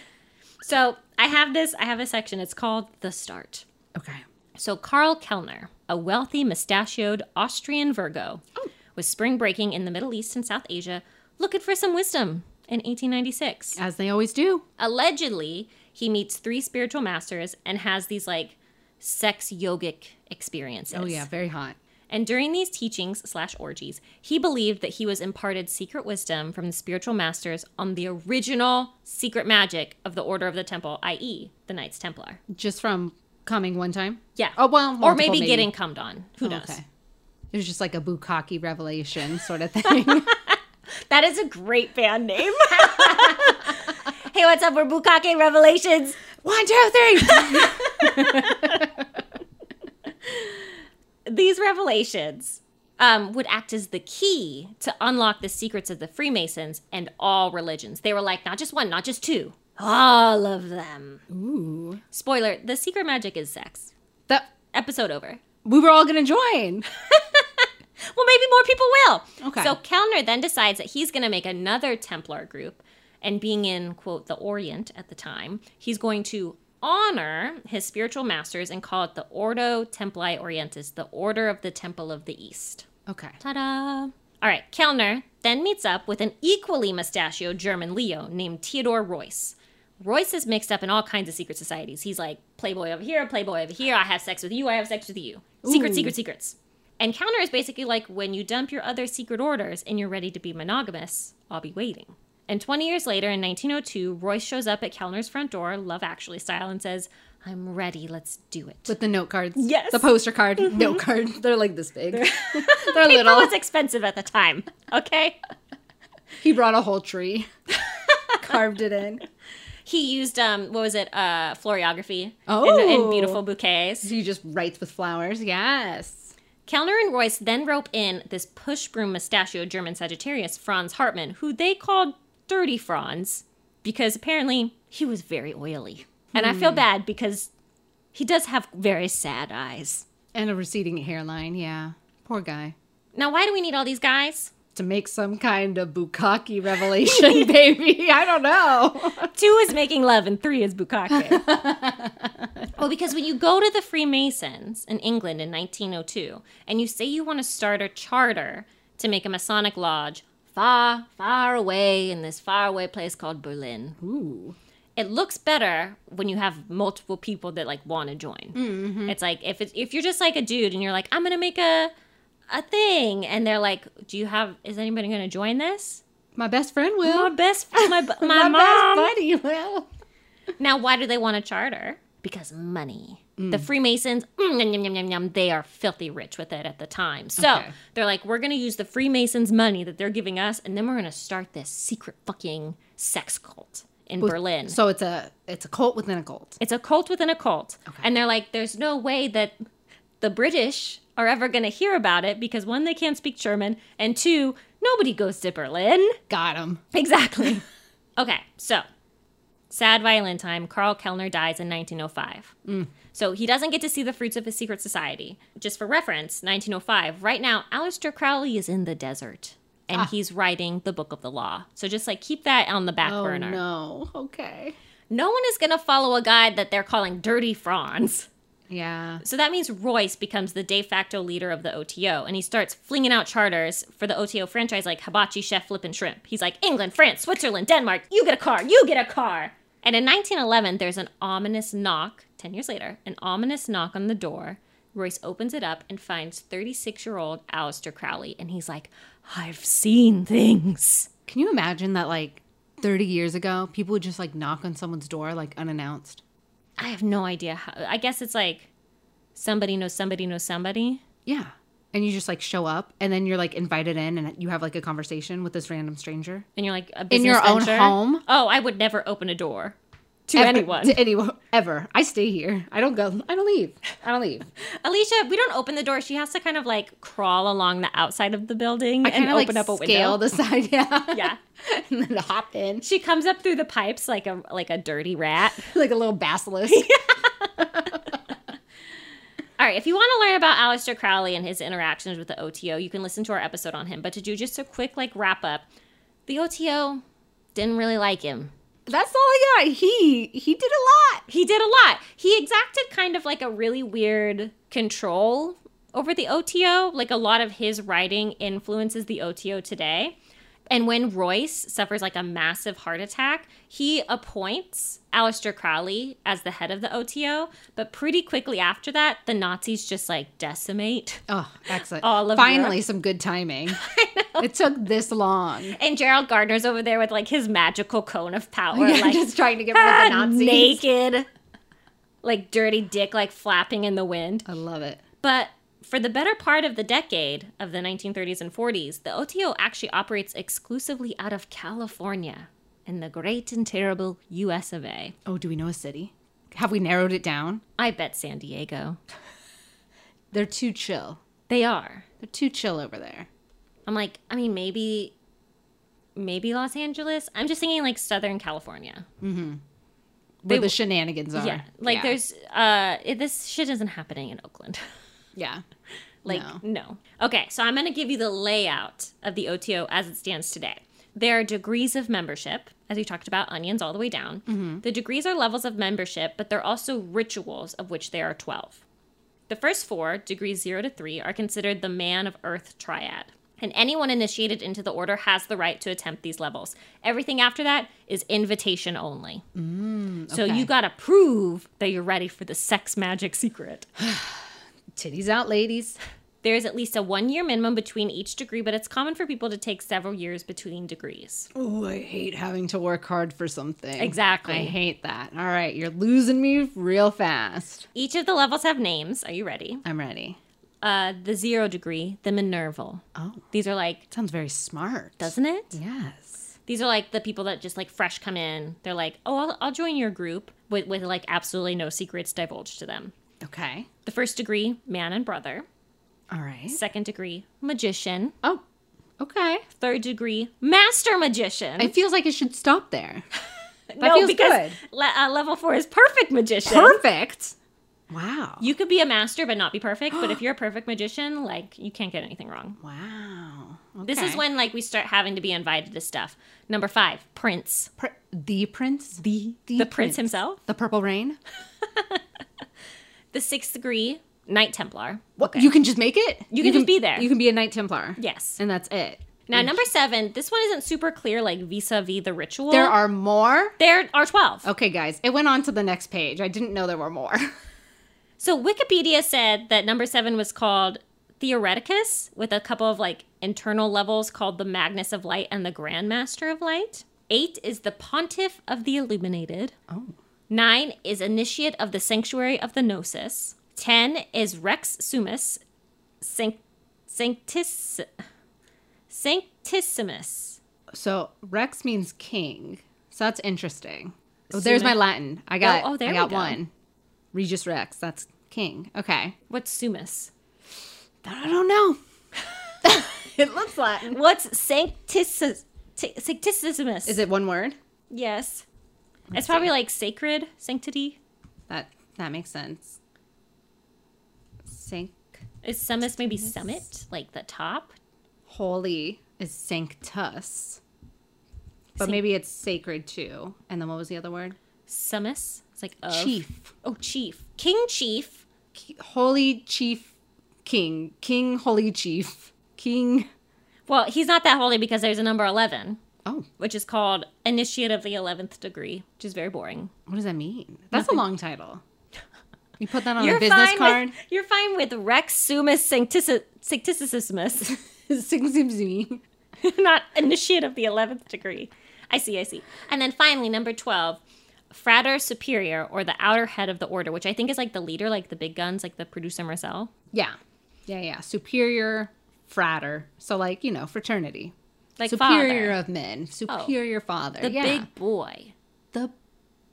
[SPEAKER 1] So I have this. I have a section. It's called the start.
[SPEAKER 2] Okay.
[SPEAKER 1] So Karl Kellner, a wealthy mustachioed Austrian Virgo,
[SPEAKER 2] Oh.
[SPEAKER 1] was spring breaking in the Middle East and South Asia, looking for some wisdom in 1896.
[SPEAKER 2] As they always do.
[SPEAKER 1] allegedly he meets three spiritual masters and has these like sex yogic experiences
[SPEAKER 2] Oh yeah, very hot.
[SPEAKER 1] and during these teachings slash orgies he believed that he was imparted secret wisdom from the spiritual masters on the original secret magic of the order of the temple i.e the knights templar
[SPEAKER 2] Just from coming one time.
[SPEAKER 1] yeah
[SPEAKER 2] Oh well,
[SPEAKER 1] or
[SPEAKER 2] multiple, Oh,
[SPEAKER 1] maybe, getting cummed on who knows
[SPEAKER 2] It was just like a bukkake revelation sort of thing.
[SPEAKER 1] that is a great band name [LAUGHS] hey what's up we're bukake revelations
[SPEAKER 2] [LAUGHS] one, two, three.
[SPEAKER 1] these revelations um, would act as the key to unlock the secrets of the Freemasons and all religions. They were like, not just one, not just two, all of them.
[SPEAKER 2] Ooh.
[SPEAKER 1] Spoiler the secret magic is sex.
[SPEAKER 2] That
[SPEAKER 1] Episode over.
[SPEAKER 2] we were all gonna join.
[SPEAKER 1] Well, maybe more people will.
[SPEAKER 2] Okay.
[SPEAKER 1] So Kellner then decides that he's going to make another Templar group. And being in, quote, the Orient at the time, he's going to honor his spiritual masters and call it the Ordo Templi Orientis, the Order of the Temple of the East.
[SPEAKER 2] Okay.
[SPEAKER 1] Ta-da! All right, Kellner then meets up with an equally mustachioed German Leo named Theodore Royce. Royce is mixed up in all kinds of secret societies. He's like playboy over here, playboy over here. I have sex with you. I have sex with you. Secret,
[SPEAKER 2] Ooh.
[SPEAKER 1] secret, secrets. And Kellner is basically like when you dump your other secret orders and you're ready to be monogamous, I'll be waiting. And 20 years later, in 1902, Royce shows up at Kellner's front door, Love Actually style, and says, "I'm ready. Let's do it." [LAUGHS]
[SPEAKER 2] With the note cards.
[SPEAKER 1] Yes.
[SPEAKER 2] The poster card. Note card. [LAUGHS] They're like this big. Mm-hmm. They're, [LAUGHS]
[SPEAKER 1] Paper
[SPEAKER 2] little.
[SPEAKER 1] was expensive at the time. Okay.
[SPEAKER 2] He brought a whole tree. [LAUGHS] Carved it in.
[SPEAKER 1] he used um what was it uh florography in,
[SPEAKER 2] Oh.
[SPEAKER 1] in beautiful bouquets
[SPEAKER 2] He just writes with flowers. Yes.
[SPEAKER 1] kellner and royce then rope in this push broom mustachioed german sagittarius franz hartmann who they called dirty franz because apparently he was very oily and i feel bad because he does have very sad eyes
[SPEAKER 2] And a receding hairline. Yeah. Poor guy.
[SPEAKER 1] now why do we need all these guys
[SPEAKER 2] To make some kind of bukkake revelation, [LAUGHS] baby. I don't know.
[SPEAKER 1] two is making love and three is bukkake. well, because when you go to the Freemasons in England in 1902 and you say you want to start a charter to make a Masonic lodge far, far away in this faraway place called Berlin,
[SPEAKER 2] Ooh.
[SPEAKER 1] it looks better when you have multiple people that like want to join. It's like if it's if you're just like a dude and you're like I'm gonna make a a thing and they're like, do you have is anybody gonna join this?
[SPEAKER 2] My best friend will.
[SPEAKER 1] My best, my my, my
[SPEAKER 2] My,
[SPEAKER 1] mom.
[SPEAKER 2] best buddy will.
[SPEAKER 1] Now, why do they want a charter? Because money. The Freemasons, mm, yum, yum, yum, yum, yum, they are filthy rich with it at the time. So
[SPEAKER 2] Okay.
[SPEAKER 1] they're like, we're going to use the Freemasons' money that they're giving us, and then we're going to start this secret fucking sex cult in Berlin.
[SPEAKER 2] So it's a it's a cult within a cult.
[SPEAKER 1] it's a cult within a cult. And they're like, there's no way that the British are ever going to hear about it because one, they can't speak German, and two, nobody goes to Berlin.
[SPEAKER 2] Got him.
[SPEAKER 1] Exactly. [LAUGHS] okay, so sad violin time. Carl Kellner dies in 1905. So he doesn't get to see the fruits of his secret society. Just for reference, 1905. Right now, Aleister Crowley is in the desert and he's writing the Book of the Law. So just like keep that on the back
[SPEAKER 2] Oh
[SPEAKER 1] burner. No.
[SPEAKER 2] no. Okay.
[SPEAKER 1] one is going to follow a guy that they're calling Dirty Franz.
[SPEAKER 2] Yeah.
[SPEAKER 1] So that means Royce becomes the de facto leader of the OTO and he starts flinging out charters for the OTO franchise like Hibachi Chef Flip and Shrimp. He's like, England, France, Switzerland, Denmark, you get a car, you get a car. And in 1911, there's an ominous knock, 10 years later, an ominous knock on the door. Royce opens it up and finds 36 year old Aleister Crowley and he's like, I've seen things.
[SPEAKER 2] Can you imagine that like 30 years ago, people would just like knock on someone's door like unannounced.
[SPEAKER 1] I have no idea how. I guess it's like somebody knows somebody knows somebody.
[SPEAKER 2] Yeah. And you just like show up and then you're like invited in and you have like a conversation with this random stranger.
[SPEAKER 1] And you're like a business
[SPEAKER 2] your own
[SPEAKER 1] venture?
[SPEAKER 2] home?
[SPEAKER 1] Oh, I would never open a door to
[SPEAKER 2] Ever-
[SPEAKER 1] anyone.
[SPEAKER 2] To anyone ever. I stay here. I don't go. I don't leave. I don't leave.
[SPEAKER 1] Alicia, we don't open the door. She has to kind of like crawl along the outside of the building
[SPEAKER 2] I
[SPEAKER 1] and
[SPEAKER 2] kind of
[SPEAKER 1] open
[SPEAKER 2] like
[SPEAKER 1] up a
[SPEAKER 2] scale
[SPEAKER 1] window.
[SPEAKER 2] the [LAUGHS] side. Yeah.
[SPEAKER 1] Yeah.
[SPEAKER 2] and then hop in [LAUGHS]
[SPEAKER 1] She comes up through the pipes like a like a dirty rat.
[SPEAKER 2] like a
[SPEAKER 1] [LAUGHS]
[SPEAKER 2] little basilisk.
[SPEAKER 1] All right, if you want to learn about Aleister Crowley and his interactions with the OTO, you can listen to our episode on him. But to do just a quick like wrap up, the OTO didn't really like him.
[SPEAKER 2] That's all I got. He he did a lot.
[SPEAKER 1] He did a lot. He exacted kind of like a really weird control over the OTO. Like a lot of his writing influences the OTO today. And when Royce suffers like a massive heart attack, he appoints Aleister Crowley as the head of the OTO. But pretty quickly after that, the Nazis just like decimate.
[SPEAKER 2] Oh, excellent.
[SPEAKER 1] All of
[SPEAKER 2] Finally, some
[SPEAKER 1] [LAUGHS]
[SPEAKER 2] good timing. It took this long.
[SPEAKER 1] And Gerald Gardner's over there with like his magical cone of power,
[SPEAKER 2] Yeah,
[SPEAKER 1] like "Ah, [LAUGHS]
[SPEAKER 2] just [LAUGHS] trying to get rid of the Nazis.
[SPEAKER 1] naked, like dirty dick, like flapping in the wind.
[SPEAKER 2] I love it.
[SPEAKER 1] But for the better part of the decade of the 1930s and 40s, the OTO actually operates exclusively out of California in the great and terrible US of A.
[SPEAKER 2] Oh, do we know a city? Have we narrowed it down?
[SPEAKER 1] I bet San Diego.
[SPEAKER 2] They're too chill.
[SPEAKER 1] They are.
[SPEAKER 2] They're too chill over there.
[SPEAKER 1] I'm like, I mean, maybe, maybe Los Angeles. I'm just thinking like Southern California.
[SPEAKER 2] Where
[SPEAKER 1] They-
[SPEAKER 2] the shenanigans are.
[SPEAKER 1] Yeah. Like
[SPEAKER 2] Yeah.
[SPEAKER 1] there's, uh, it, this shit isn't happening in Oakland. [LAUGHS]
[SPEAKER 2] Yeah.
[SPEAKER 1] Like,
[SPEAKER 2] No.
[SPEAKER 1] no. Okay, so I'm going to give you the layout of the OTO as it stands today. There are degrees of membership, as we talked about, onions all the way down.
[SPEAKER 2] Mm-hmm.
[SPEAKER 1] The degrees are levels of membership, but they're also rituals, of which there are 12. The first four, degrees 0 to 3, are considered the man of earth triad. And anyone initiated into the order has the right to attempt these levels. Everything after that is invitation only. So
[SPEAKER 2] Mm, okay.
[SPEAKER 1] you got to prove that you're ready for the sex magic secret.
[SPEAKER 2] Titties out, ladies.
[SPEAKER 1] There is at least a one year minimum between each degree, but it's common for people to take several years between degrees.
[SPEAKER 2] Oh, I hate having to work hard for something.
[SPEAKER 1] Exactly.
[SPEAKER 2] I hate that. All right, you're losing me real fast.
[SPEAKER 1] Each of the levels have names. Are you ready?
[SPEAKER 2] I'm ready.
[SPEAKER 1] Uh, the zero degree, the Minerval.
[SPEAKER 2] Oh,
[SPEAKER 1] These are like,
[SPEAKER 2] sounds very smart.
[SPEAKER 1] doesn't it?
[SPEAKER 2] Yes.
[SPEAKER 1] These are like the people that just like fresh come in. They're like, oh, I'll, I'll join your group with, with like absolutely no secrets divulged to them.
[SPEAKER 2] Okay.
[SPEAKER 1] The first degree, man and brother.
[SPEAKER 2] All right.
[SPEAKER 1] Second degree, magician.
[SPEAKER 2] Oh, okay.
[SPEAKER 1] Third degree, master magician.
[SPEAKER 2] It feels like it should stop there.
[SPEAKER 1] no,
[SPEAKER 2] feels
[SPEAKER 1] because
[SPEAKER 2] good.
[SPEAKER 1] le- uh, level four is perfect magician.
[SPEAKER 2] [LAUGHS] Perfect. Wow.
[SPEAKER 1] You could be a master but not be perfect, but
[SPEAKER 2] [GASPS]
[SPEAKER 1] if you're a perfect magician, like you can't get anything wrong.
[SPEAKER 2] wow.
[SPEAKER 1] This is
[SPEAKER 2] Okay.
[SPEAKER 1] when like we start having to be invited to stuff. Number 5, Prince.
[SPEAKER 2] Pr- the prince, the
[SPEAKER 1] The prince himself?
[SPEAKER 2] the Purple Rain.
[SPEAKER 1] The 6th degree, Knight Templar.
[SPEAKER 2] What you can just make it.
[SPEAKER 1] You can just be there.
[SPEAKER 2] You can be a Knight Templar.
[SPEAKER 1] Yes.
[SPEAKER 2] and that's it.
[SPEAKER 1] Now number 7, this one isn't super clear like vis-a-vis the ritual.
[SPEAKER 2] There are Oh. more.
[SPEAKER 1] there are 12.
[SPEAKER 2] Okay, guys, it went on to the next page. I didn't know there were more. [LAUGHS]
[SPEAKER 1] So Wikipedia said that number 7 was called Theoreticus with a couple of like internal levels called the Magnus of Light and the Grand Master of Light. 8 is the Pontiff of the Illuminated.
[SPEAKER 2] Oh,
[SPEAKER 1] Nine is Initiate of the Sanctuary of the Gnosis. Ten is Rex Sumus, Sanct- Sanctis- Sanctissimus.
[SPEAKER 2] so Rex means king. So that's interesting. Oh, there's my
[SPEAKER 1] Sumac-
[SPEAKER 2] Latin. I got.
[SPEAKER 1] Oh, oh, there
[SPEAKER 2] I
[SPEAKER 1] we
[SPEAKER 2] got
[SPEAKER 1] go.
[SPEAKER 2] one. Regis Rex. That's king. Okay.
[SPEAKER 1] What's Sumus?
[SPEAKER 2] I don't [LAUGHS] know. it looks Latin.
[SPEAKER 1] What's Sanctissi- T- Sanctissimus?
[SPEAKER 2] Is it one word?
[SPEAKER 1] Yes. It's probably like sacred sanctity.
[SPEAKER 2] That that makes sense. Sanct
[SPEAKER 1] Is summus maybe summit, like the top?
[SPEAKER 2] holy is sanctus, but
[SPEAKER 1] Sanct-
[SPEAKER 2] maybe it's sacred too. And then what was the other word?
[SPEAKER 1] Summus? It's like of.
[SPEAKER 2] Chief,
[SPEAKER 1] Oh, chief. King chief.
[SPEAKER 2] Ki- holy chief, king, king, holy chief, king.
[SPEAKER 1] Well, he's not that holy because there's a number 11,
[SPEAKER 2] Oh,
[SPEAKER 1] which is called Initiate of the 11th Degree, which is very boring.
[SPEAKER 2] what does that mean? That's a long title. You put that on a
[SPEAKER 1] You're
[SPEAKER 2] business
[SPEAKER 1] fine [LAUGHS]
[SPEAKER 2] card.
[SPEAKER 1] With, you're fine with Rex Sumus Sanctissimus.
[SPEAKER 2] Sing, sing, sing.
[SPEAKER 1] [LAUGHS] Not initiate of the 11th degree. I see, I see. And then finally, number 12, Frater Superior, or the outer head of the order, which I think is like the leader, like the big guns, like the producer Marcel.
[SPEAKER 2] Yeah. Yeah, yeah. Superior frater. So like, you know, fraternity.
[SPEAKER 1] Like
[SPEAKER 2] superior
[SPEAKER 1] father. Oh.
[SPEAKER 2] of men, superior father.
[SPEAKER 1] The
[SPEAKER 2] yeah.
[SPEAKER 1] big boy.
[SPEAKER 2] the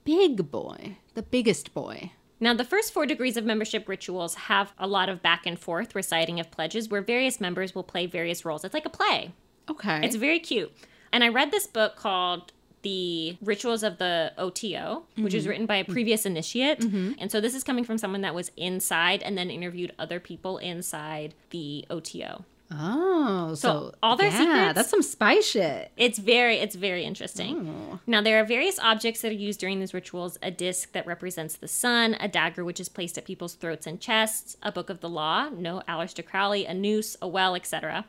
[SPEAKER 2] big boy, the biggest boy.
[SPEAKER 1] Now, the first four degrees of membership rituals have a lot of back and forth reciting of pledges where various members will play various roles. It's like a play.
[SPEAKER 2] Okay.
[SPEAKER 1] It's very cute. And I read this book called The Rituals of the OTO, which was written by a previous initiate. And so this is coming from someone that was inside and then interviewed other people inside the OTO.
[SPEAKER 2] oh, so,
[SPEAKER 1] all their
[SPEAKER 2] yeah,
[SPEAKER 1] secrets-
[SPEAKER 2] that's some spy shit.
[SPEAKER 1] It's very it's very interesting.
[SPEAKER 2] Oh.
[SPEAKER 1] Now there are various objects that are used during these rituals, a disc that represents the sun, a dagger which is placed at people's throats and chests, a book of the law, no Aleister Crowley, a noose, a well, etc.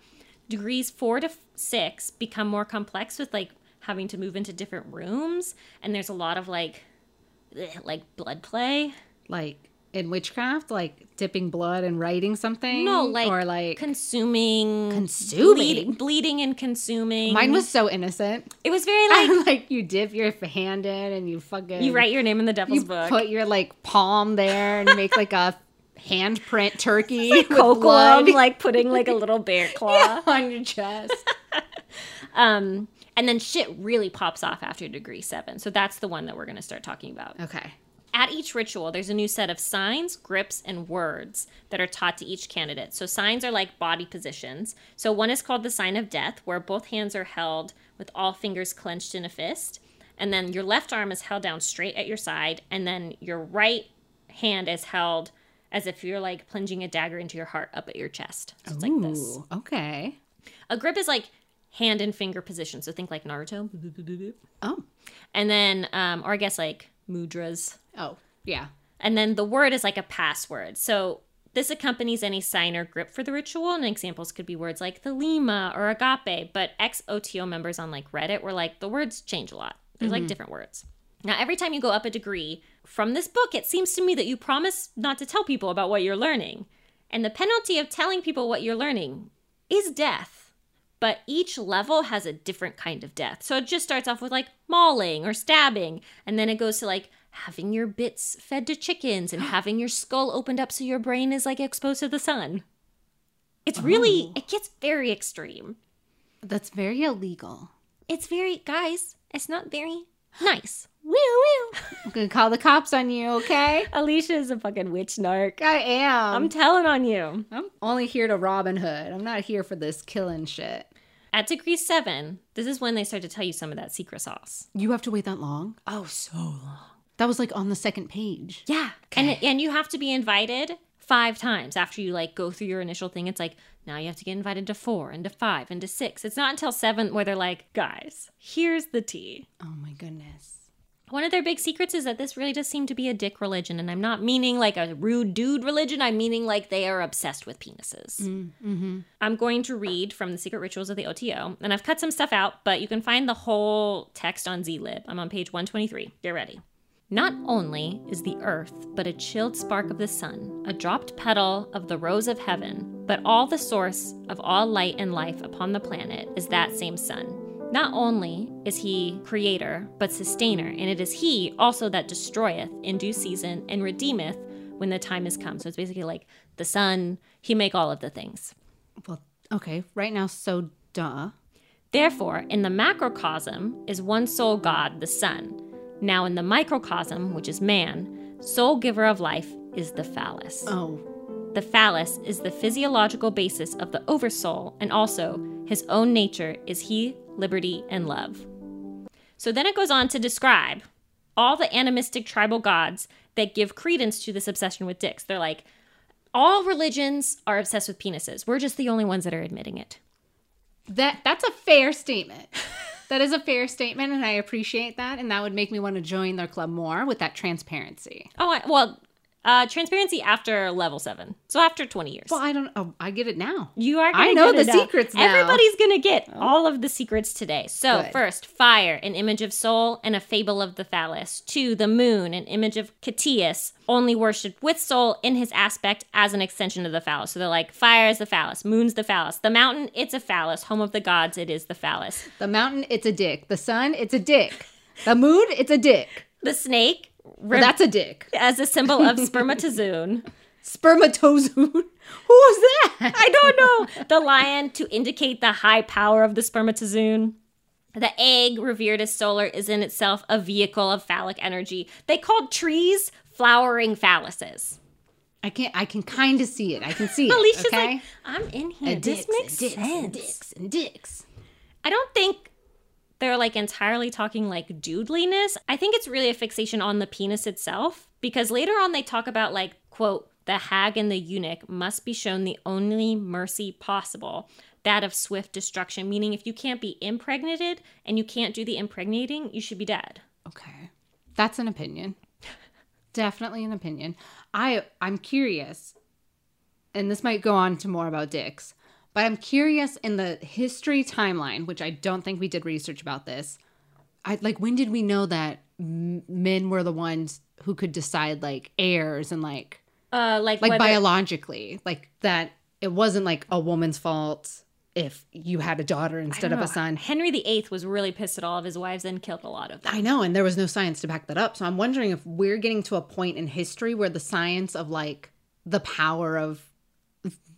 [SPEAKER 1] Degrees 4 to f- 6 become more complex with like having to move into different rooms and there's a lot of like ugh, like blood play.
[SPEAKER 2] Like in witchcraft, like dipping blood and writing something.
[SPEAKER 1] No, like
[SPEAKER 2] or like
[SPEAKER 1] consuming
[SPEAKER 2] Consuming?
[SPEAKER 1] bleed- bleeding and consuming.
[SPEAKER 2] mine was so innocent.
[SPEAKER 1] it was
[SPEAKER 2] [LAUGHS]
[SPEAKER 1] very like
[SPEAKER 2] Like, like you dip your hand in and you fucking
[SPEAKER 1] you write your name in the
[SPEAKER 2] you
[SPEAKER 1] devil's book.
[SPEAKER 2] put your like palm there and make like a [LAUGHS] handprint turkey with
[SPEAKER 1] Coquelum,
[SPEAKER 2] blood [LAUGHS]
[SPEAKER 1] like putting like a little bear claw.
[SPEAKER 2] on your chest.
[SPEAKER 1] Um, and then shit really pops off after degree seven. So that's the one that we're going to start talking about.
[SPEAKER 2] Okay.
[SPEAKER 1] At each ritual, there's a new set of signs, grips, and words that are taught to each candidate. So signs are like body positions. So one is called the sign of death, where both hands are held with all fingers clenched in a fist. And then your left arm is held down straight at your side. And then your right hand is held as if you're like plunging a dagger into your heart up at your chest. So it's like this.
[SPEAKER 2] Ooh, okay.
[SPEAKER 1] A grip is like hand and finger position. So think like Naruto.
[SPEAKER 2] Oh.
[SPEAKER 1] And then, um, or I guess like mudras.
[SPEAKER 2] Oh. Yeah.
[SPEAKER 1] And then the word is like a password. So this accompanies any sign or grip for the ritual. And examples could be words like the Lima or agape. But ex OTO members on like Reddit were like, the words change a lot. There's like different words. Now, every time you go up a degree from this book, it seems to me that you promise not to tell people about what you're learning. And the penalty of telling people what you're learning is death. But each level has a different kind of death. So it just starts off with like mauling or stabbing, and then it goes to like having your bits fed to chickens
[SPEAKER 2] [GASPS]
[SPEAKER 1] and having your skull opened up so your brain is like exposed to the sun. It's
[SPEAKER 2] Oh.
[SPEAKER 1] really, it gets very extreme.
[SPEAKER 2] That's very illegal.
[SPEAKER 1] It's very, guys, it's not very
[SPEAKER 2] [GASPS]
[SPEAKER 1] nice.
[SPEAKER 2] Woo woo. I'm gonna call the cops on you, okay?
[SPEAKER 1] [LAUGHS]
[SPEAKER 2] [LAUGHS]
[SPEAKER 1] Alicia is a fucking witch narc.
[SPEAKER 2] I am.
[SPEAKER 1] I'm
[SPEAKER 2] I'm,
[SPEAKER 1] telling on you.
[SPEAKER 2] only here to Robin Hood. I'm not here for this killing shit.
[SPEAKER 1] At degree seven, this is when they start to tell you some of that secret sauce.
[SPEAKER 2] You have to wait that long?
[SPEAKER 1] Oh, so long.
[SPEAKER 2] That was like on the second page.
[SPEAKER 1] Yeah. And and you have to be invited five times after you like go through your initial thing. It's like now you have to get invited to four and to five and to six. It's not until seven where they're like, guys, here's the tea.
[SPEAKER 2] Oh my goodness.
[SPEAKER 1] One of their big secrets is that this really does seem to be a dick religion, and I'm not meaning like a rude dude religion. I'm meaning like they are obsessed with penises. I'm going to read from the Secret Rituals of the OTO, and I've cut some stuff out, but you can find the whole text on Zlib. I'm on page 123. Get ready. Not only is the earth but a chilled spark of the sun, a dropped petal of the rose of heaven, but all the source of all light and life upon the planet is that same sun. Not only is he creator, but sustainer, and it is he also that destroyeth in due season and redeemeth when the time is come. So it's basically like the sun, he make all of the things.
[SPEAKER 2] Well, okay. Right now, so duh.
[SPEAKER 1] Therefore, in the macrocosm is one sole God, the sun. Now, in the microcosm, which is man, sole giver of life is the phallus.
[SPEAKER 2] Oh.
[SPEAKER 1] The phallus is the physiological basis of the oversoul, and also his own nature is he, liberty, and love. So then it goes on to describe all the animistic tribal gods that give credence to this obsession with dicks. They're like, all religions are obsessed with penises. We're just the only ones that are admitting it.
[SPEAKER 2] That that's a fair statement. that is a fair statement, and I appreciate that. And that would make me want to join their club more with that transparency.
[SPEAKER 1] Oh, I, well, Uh, transparency after level seven, so after twenty years.
[SPEAKER 2] Well, I don't. Oh, I get it now.
[SPEAKER 1] You are. gonna
[SPEAKER 2] I know
[SPEAKER 1] get
[SPEAKER 2] the
[SPEAKER 1] it now.
[SPEAKER 2] secrets now. Oh.
[SPEAKER 1] Everybody's gonna get all of the secrets today. So
[SPEAKER 2] Good.
[SPEAKER 1] first, fire, an image of soul and a fable of the phallus. Two, the moon, an image of Catius, only worshipped with soul in his aspect as an extension of the phallus. So they're like, fire is the phallus, moon's the phallus, the mountain, it's a phallus, home of the gods, it is the phallus,
[SPEAKER 2] The mountain, it's a dick. The sun, it's a dick. The moon, it's a dick.
[SPEAKER 1] the snake,
[SPEAKER 2] Well,
[SPEAKER 1] rib-
[SPEAKER 2] that's a dick.
[SPEAKER 1] as a symbol
[SPEAKER 2] [LAUGHS]
[SPEAKER 1] of spermatozoon.
[SPEAKER 2] Spermatozoon. [LAUGHS] Who was that?
[SPEAKER 1] [LAUGHS] I don't know. The lion to indicate the high power of the spermatozoon. The egg, revered as solar, is in itself a vehicle of phallic energy. They called trees flowering phalluses.
[SPEAKER 2] I can't. I can kind of see it. I can see it.
[SPEAKER 1] Alicia's
[SPEAKER 2] okay?
[SPEAKER 1] like, I'm in
[SPEAKER 2] A
[SPEAKER 1] here. This
[SPEAKER 2] dicks, a
[SPEAKER 1] makes
[SPEAKER 2] dicks, a
[SPEAKER 1] sense.
[SPEAKER 2] Dicks and dicks.
[SPEAKER 1] I don't think they're like entirely talking like dudeliness. I think it's really a fixation on the penis itself because later on they talk about like, quote, the hag and the eunuch must be shown the only mercy possible, that of swift destruction. Meaning, if you can't be impregnated and you can't do the impregnating, you should be dead.
[SPEAKER 2] Okay. That's an opinion. [LAUGHS] Definitely an opinion. I I'm curious. And this might go on to more about dicks, but I'm curious in the history timeline, which I don't think we did research about this. I like when did we know that m- men were the ones who could decide like heirs and like
[SPEAKER 1] Uh, like,
[SPEAKER 2] like
[SPEAKER 1] whether-
[SPEAKER 2] biologically, like that it wasn't like a woman's fault if you had a daughter instead of a son.
[SPEAKER 1] Henry VIII was really pissed at all of his wives and killed a lot of them.
[SPEAKER 2] I know, and there was no science to back that up. So I'm wondering if we're getting to a point in history where the science of like the power of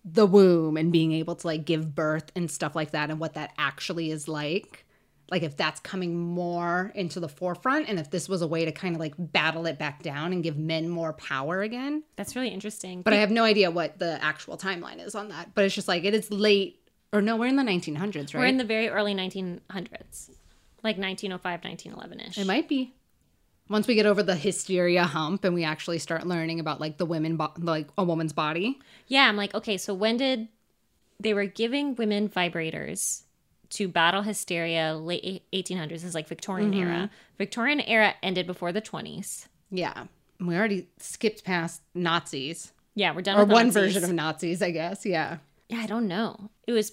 [SPEAKER 2] the womb and being able to like give birth and stuff like that and what that actually is like. Like if that's coming more into the forefront and if this was a way to kind of like battle it back down and give men more power again.
[SPEAKER 1] That's really interesting.
[SPEAKER 2] But I have no idea what the actual timeline is on that. But it's just like it is late or no, we're in the 1900s, right?
[SPEAKER 1] We're in the very early 1900s, like 1905, 1911 ish.
[SPEAKER 2] It might be. Once we get over the hysteria hump and we actually start learning about like the women, bo- like a woman's body.
[SPEAKER 1] Yeah, I'm like, okay, so when did they were giving women vibrators to battle hysteria late 1800s this is like Victorian
[SPEAKER 2] Mm-hmm.
[SPEAKER 1] era. Victorian era ended before the 20s.
[SPEAKER 2] Yeah. We already skipped past Nazis
[SPEAKER 1] Yeah, we're done
[SPEAKER 2] or
[SPEAKER 1] with the
[SPEAKER 2] one
[SPEAKER 1] Nazis.
[SPEAKER 2] version of Nazis, I guess. Yeah.
[SPEAKER 1] Yeah, I don't know. It was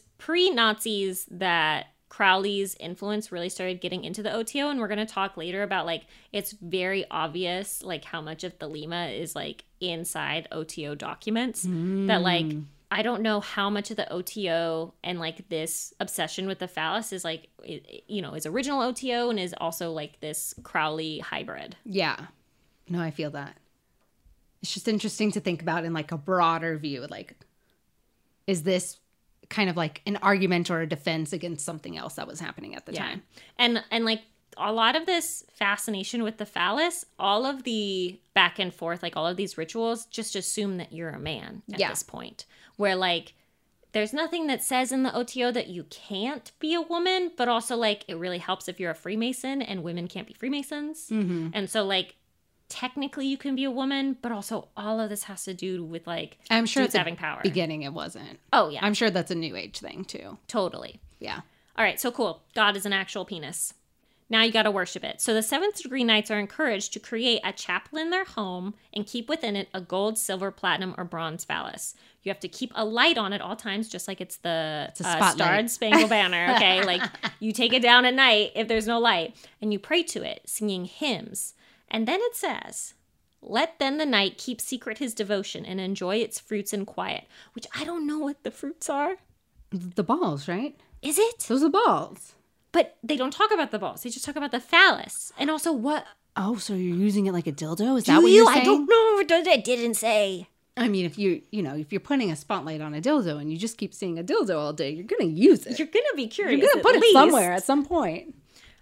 [SPEAKER 1] pre-Nazis that Crowley's influence really started getting into the OTO and we're going to talk later about like it's very obvious like how much of the Lima is like inside OTO documents that like I don't know how much of the OTO and like this obsession with the phallus is like i- i- you know is original OTO and is also like this Crowley hybrid.
[SPEAKER 2] Yeah. No, I feel that. It's just interesting to think about in like a broader view. Like, is this kind of like an argument or a defense against something else that was happening at the time?
[SPEAKER 1] And and like a lot of this fascination with the phallus, all of the back and forth, like all of these rituals, just assume that you're a man at
[SPEAKER 2] Yeah.
[SPEAKER 1] this point. Where like there's nothing that says in the OTO that you can't be a woman, but also like it really helps if you're a Freemason and women can't be Freemasons.
[SPEAKER 2] Mm-hmm.
[SPEAKER 1] And so like technically you can be a woman, but also all of this has to do with like
[SPEAKER 2] I'm sure
[SPEAKER 1] dudes
[SPEAKER 2] at the
[SPEAKER 1] having power.
[SPEAKER 2] beginning it wasn't.
[SPEAKER 1] oh yeah,
[SPEAKER 2] I'm sure that's a new age thing too.
[SPEAKER 1] totally.
[SPEAKER 2] Yeah.
[SPEAKER 1] All right, so cool. God is an actual penis. Now you got to worship it. So the seventh degree knights are encouraged to create a chapel in their home and keep within it a gold, silver, platinum, or bronze phallus. You have to keep a light on at all times, just like it's the
[SPEAKER 2] a
[SPEAKER 1] uh,
[SPEAKER 2] spotlight.
[SPEAKER 1] starred spangled banner.
[SPEAKER 2] [LAUGHS]
[SPEAKER 1] Okay, like you take it down at night if there's no light, and you pray to it, singing hymns. And then it says, "Let then the knight keep secret his devotion and enjoy its fruits in quiet." Which I don't know what the fruits are.
[SPEAKER 2] The balls, right?
[SPEAKER 1] Is it?
[SPEAKER 2] Those are balls.
[SPEAKER 1] But they don't talk about the balls. They just talk about the phallus. And also, what?
[SPEAKER 2] Oh, so you're using it like a dildo? Is
[SPEAKER 1] Do
[SPEAKER 2] that what
[SPEAKER 1] you?
[SPEAKER 2] you're saying?
[SPEAKER 1] I don't know. It does- It didn't say.
[SPEAKER 2] I mean, if you you know if you're putting a spotlight on a dildo and you just keep seeing a dildo all day, you're gonna use it.
[SPEAKER 1] You're gonna be curious.
[SPEAKER 2] You're gonna
[SPEAKER 1] at
[SPEAKER 2] put it
[SPEAKER 1] least.
[SPEAKER 2] somewhere at some point.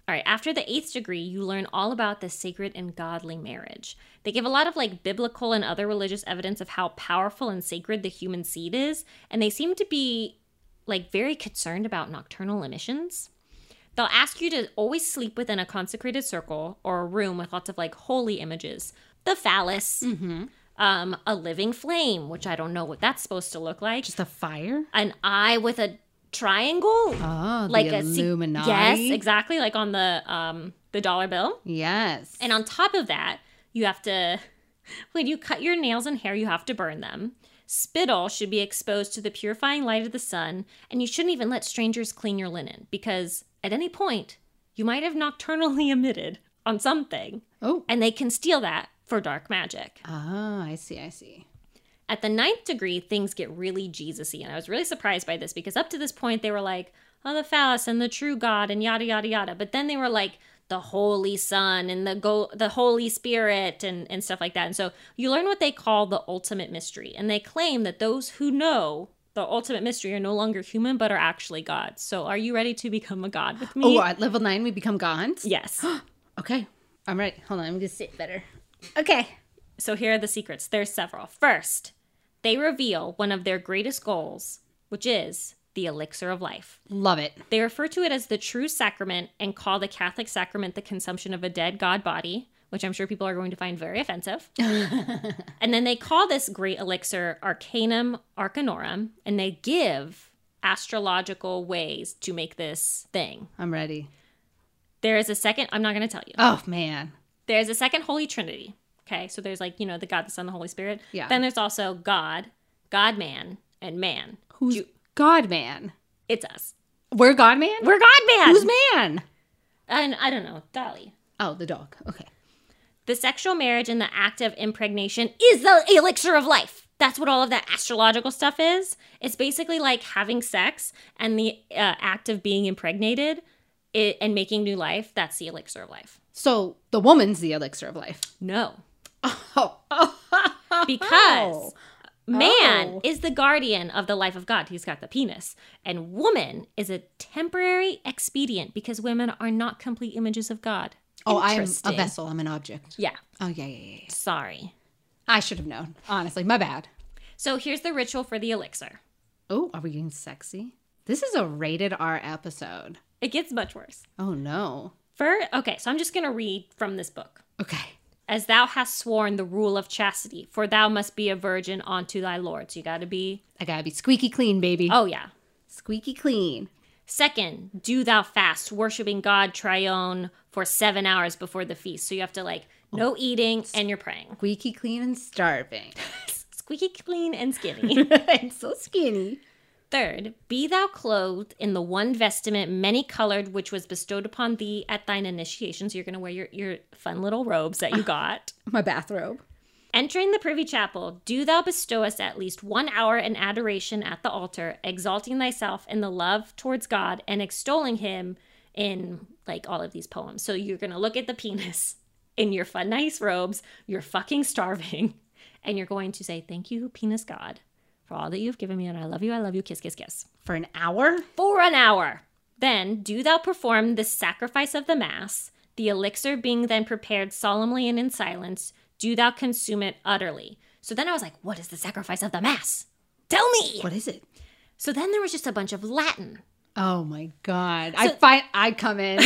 [SPEAKER 1] All right. After the eighth degree, you learn all about the sacred and godly marriage. They give a lot of like biblical and other religious evidence of how powerful and sacred the human seed is, and they seem to be like very concerned about nocturnal emissions. They'll ask you to always sleep within a consecrated circle or a room with lots of like holy images, the phallus, um, a living flame, which I don't know what that's supposed to look like,
[SPEAKER 2] Just a fire.
[SPEAKER 1] an eye with a triangle,
[SPEAKER 2] Oh,
[SPEAKER 1] like
[SPEAKER 2] the
[SPEAKER 1] a se-
[SPEAKER 2] Illuminati.
[SPEAKER 1] yes, exactly, like on the um the dollar bill.
[SPEAKER 2] Yes.
[SPEAKER 1] And on top of that, you have to When you cut your nails and hair, you have to burn them. Spittle should be exposed to the purifying light of the sun, and you shouldn't even let strangers clean your linen because at any point you might have nocturnally [LAUGHS] emitted on something,
[SPEAKER 2] Oh.
[SPEAKER 1] and they can steal that for dark magic.
[SPEAKER 2] Oh, I see. I see.
[SPEAKER 1] At the ninth degree, things get really Jesus y. And I was really surprised by this because up to this point, they were like, oh, the phallus and the true God and yada, yada, yada. But then they were like, the Holy Son and the go- the Holy Spirit and, and stuff like that. And so you learn what they call the ultimate mystery. And they claim that those who know the ultimate mystery are no longer human, but are actually gods. So are you ready to become a god with me?
[SPEAKER 2] Oh, at level nine, we become gods?
[SPEAKER 1] yes.
[SPEAKER 2] Okay. I'm ready. Hold on. I'm going to sit better. Okay.
[SPEAKER 1] So here are the secrets. There's several. First, they reveal one of their greatest goals, which is the elixir of life.
[SPEAKER 2] Love it.
[SPEAKER 1] They refer to it as the true sacrament and call the Catholic sacrament the consumption of a dead god body, which I'm sure people are going to find very offensive. and then they call this great elixir Arcanum Arcanorum, and they give astrological ways to make this thing.
[SPEAKER 2] I'm ready.
[SPEAKER 1] There is a second, I'm not going to tell you.
[SPEAKER 2] Oh, man.
[SPEAKER 1] There's a second Holy Trinity. Okay, so there's like, you know, the God, the Son, the Holy Spirit.
[SPEAKER 2] Yeah.
[SPEAKER 1] Then there's also God, God man, and man.
[SPEAKER 2] Who's God man?
[SPEAKER 1] It's us.
[SPEAKER 2] We're God man?
[SPEAKER 1] We're God man.
[SPEAKER 2] Who's man?
[SPEAKER 1] And I don't know, Dolly.
[SPEAKER 2] Oh, the dog. Okay.
[SPEAKER 1] The sexual marriage and the act of impregnation is the elixir of life. That's what all of that astrological stuff is. It's basically like having sex and the uh, act of being impregnated i and making new life. That's the elixir of life.
[SPEAKER 2] So the woman's the elixir of life.
[SPEAKER 1] No.
[SPEAKER 2] Oh. [LAUGHS]
[SPEAKER 1] because man
[SPEAKER 2] Oh.
[SPEAKER 1] is the guardian of the life of God. He's got the penis. And woman is a temporary expedient because women are not complete images of God.
[SPEAKER 2] Oh, I'm a
[SPEAKER 1] Interesting.
[SPEAKER 2] vessel. I'm an object.
[SPEAKER 1] Yeah.
[SPEAKER 2] Oh, yeah, yeah, yeah. yeah.
[SPEAKER 1] Sorry.
[SPEAKER 2] I should have known. Honestly, my bad.
[SPEAKER 1] So here's the ritual for the elixir.
[SPEAKER 2] Oh, are we getting sexy? This is a rated R episode.
[SPEAKER 1] It gets much worse.
[SPEAKER 2] Oh, no.
[SPEAKER 1] For okay, so I'm just gonna read from this book.
[SPEAKER 2] Okay.
[SPEAKER 1] As thou hast sworn the rule of chastity, for thou must be a virgin unto thy Lord. So you gotta be
[SPEAKER 2] I gotta be squeaky clean, baby.
[SPEAKER 1] oh yeah.
[SPEAKER 2] Squeaky clean.
[SPEAKER 1] Second, do thou fast, worshiping God trione for seven hours before the feast. So you have to like no eating and you're praying.
[SPEAKER 2] Squeaky clean and [LAUGHS] starving.
[SPEAKER 1] Squeaky clean and
[SPEAKER 2] [LAUGHS]
[SPEAKER 1] skinny.
[SPEAKER 2] I'm so skinny.
[SPEAKER 1] Third, be thou clothed in the one vestment many colored which was bestowed upon thee at thine initiation. So you're gonna wear your, your fun little robes that you got.
[SPEAKER 2] My bathrobe.
[SPEAKER 1] Entering the privy chapel, do thou bestow us at least one hour in adoration at the altar, exalting thyself in the love towards God and extolling him in like all of these poems. So you're going to look at the penis [LAUGHS] in your fun, nice robes. You're fucking starving. [LAUGHS] And you're going to say, Thank you, penis God, for all that you've given me. And I love you. I love you. Kiss, kiss, kiss
[SPEAKER 2] For an hour?
[SPEAKER 1] for an hour. Then do thou perform the sacrifice of the Mass, the elixir being then prepared solemnly and in silence, do thou consume it utterly. So then I was like, what is the sacrifice of the Mass? Tell me!
[SPEAKER 2] What is it?
[SPEAKER 1] So then there was just a bunch of Latin.
[SPEAKER 2] Oh my god. I find I come in.
[SPEAKER 1] [LAUGHS]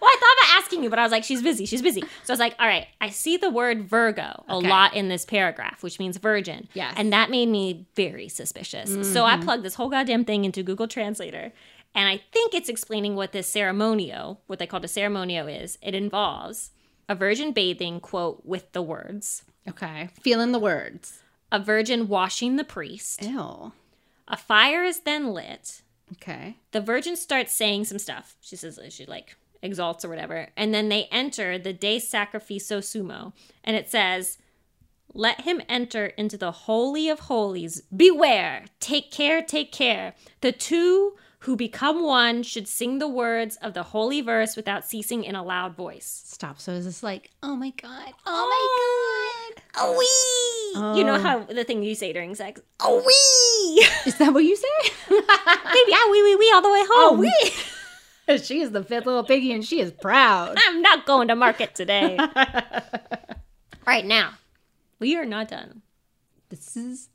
[SPEAKER 1] Well, I thought about asking you, but I was like, she's busy, she's busy. So I was like, all right, I see the word Virgo a
[SPEAKER 2] Okay.
[SPEAKER 1] lot in this paragraph, which means virgin.
[SPEAKER 2] Yes. Mm-hmm.
[SPEAKER 1] And that made me very suspicious. So I plugged this whole goddamn thing into Google Translator. And I think it's explaining what this ceremonio, what they called a ceremonio is. It involves a virgin bathing, quote, with the words,
[SPEAKER 2] [LAUGHS] okay. Feeling the words.
[SPEAKER 1] a virgin washing the priest,
[SPEAKER 2] Ew.
[SPEAKER 1] a fire is then lit,
[SPEAKER 2] Okay.
[SPEAKER 1] the virgin starts saying some stuff she says she like exalts or whatever and then they enter the de sacrificio sumo and it says let him enter into the holy of holies beware take care take care the two who become one should sing the words of the holy verse without ceasing in a loud voice
[SPEAKER 2] Stop. So is this like, oh my god. Oh my god.
[SPEAKER 1] oh wee you know
[SPEAKER 2] Oh.
[SPEAKER 1] how the thing you say during sex oh wee
[SPEAKER 2] Is that what you say?
[SPEAKER 1] [LAUGHS]
[SPEAKER 2] [LAUGHS]
[SPEAKER 1] baby i wee wee wee all the way home
[SPEAKER 2] wee. she is the fifth little piggy and she is proud.
[SPEAKER 1] [LAUGHS] I'm not going to market [LAUGHS] today. All right, now we are not done.
[SPEAKER 2] This is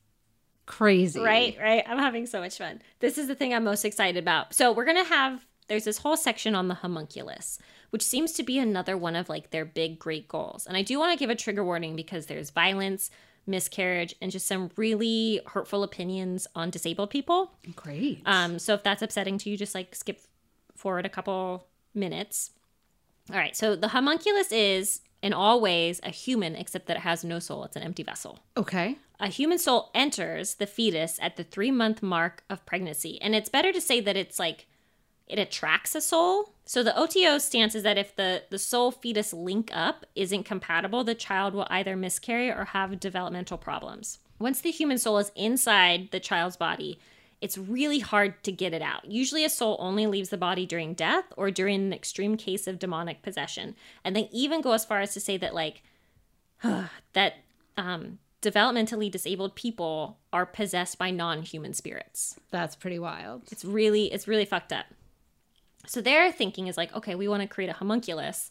[SPEAKER 2] crazy.
[SPEAKER 1] Right, right. I'm having so much fun. This is the thing I'm most excited about. So we're gonna have there's this whole section on the homunculus, which seems to be another one of like their big great goals. And I do want to give a trigger warning because there's violence, miscarriage, and just some really hurtful opinions on disabled people.
[SPEAKER 2] Great.
[SPEAKER 1] Um, so if that's upsetting to you, just like skip forward a couple minutes. All right. So the homunculus is in all ways a human, except that it has no soul. It's an empty vessel.
[SPEAKER 2] Okay.
[SPEAKER 1] A human soul enters the fetus at the three month mark of pregnancy. And it's better to say that it's like it attracts a soul. So the OTO stance is that if the, the soul fetus link up isn't compatible, the child will either miscarry or have developmental problems. Once the human soul is inside the child's body, it's really hard to get it out. Usually, a soul only leaves the body during death or during an extreme case of demonic possession. And they even go as far as to say that, like, [SIGHS] that um, developmentally disabled people are possessed by non-human spirits.
[SPEAKER 2] That's pretty wild.
[SPEAKER 1] It's really it's really fucked up. So their thinking is like, okay, we want to create a homunculus.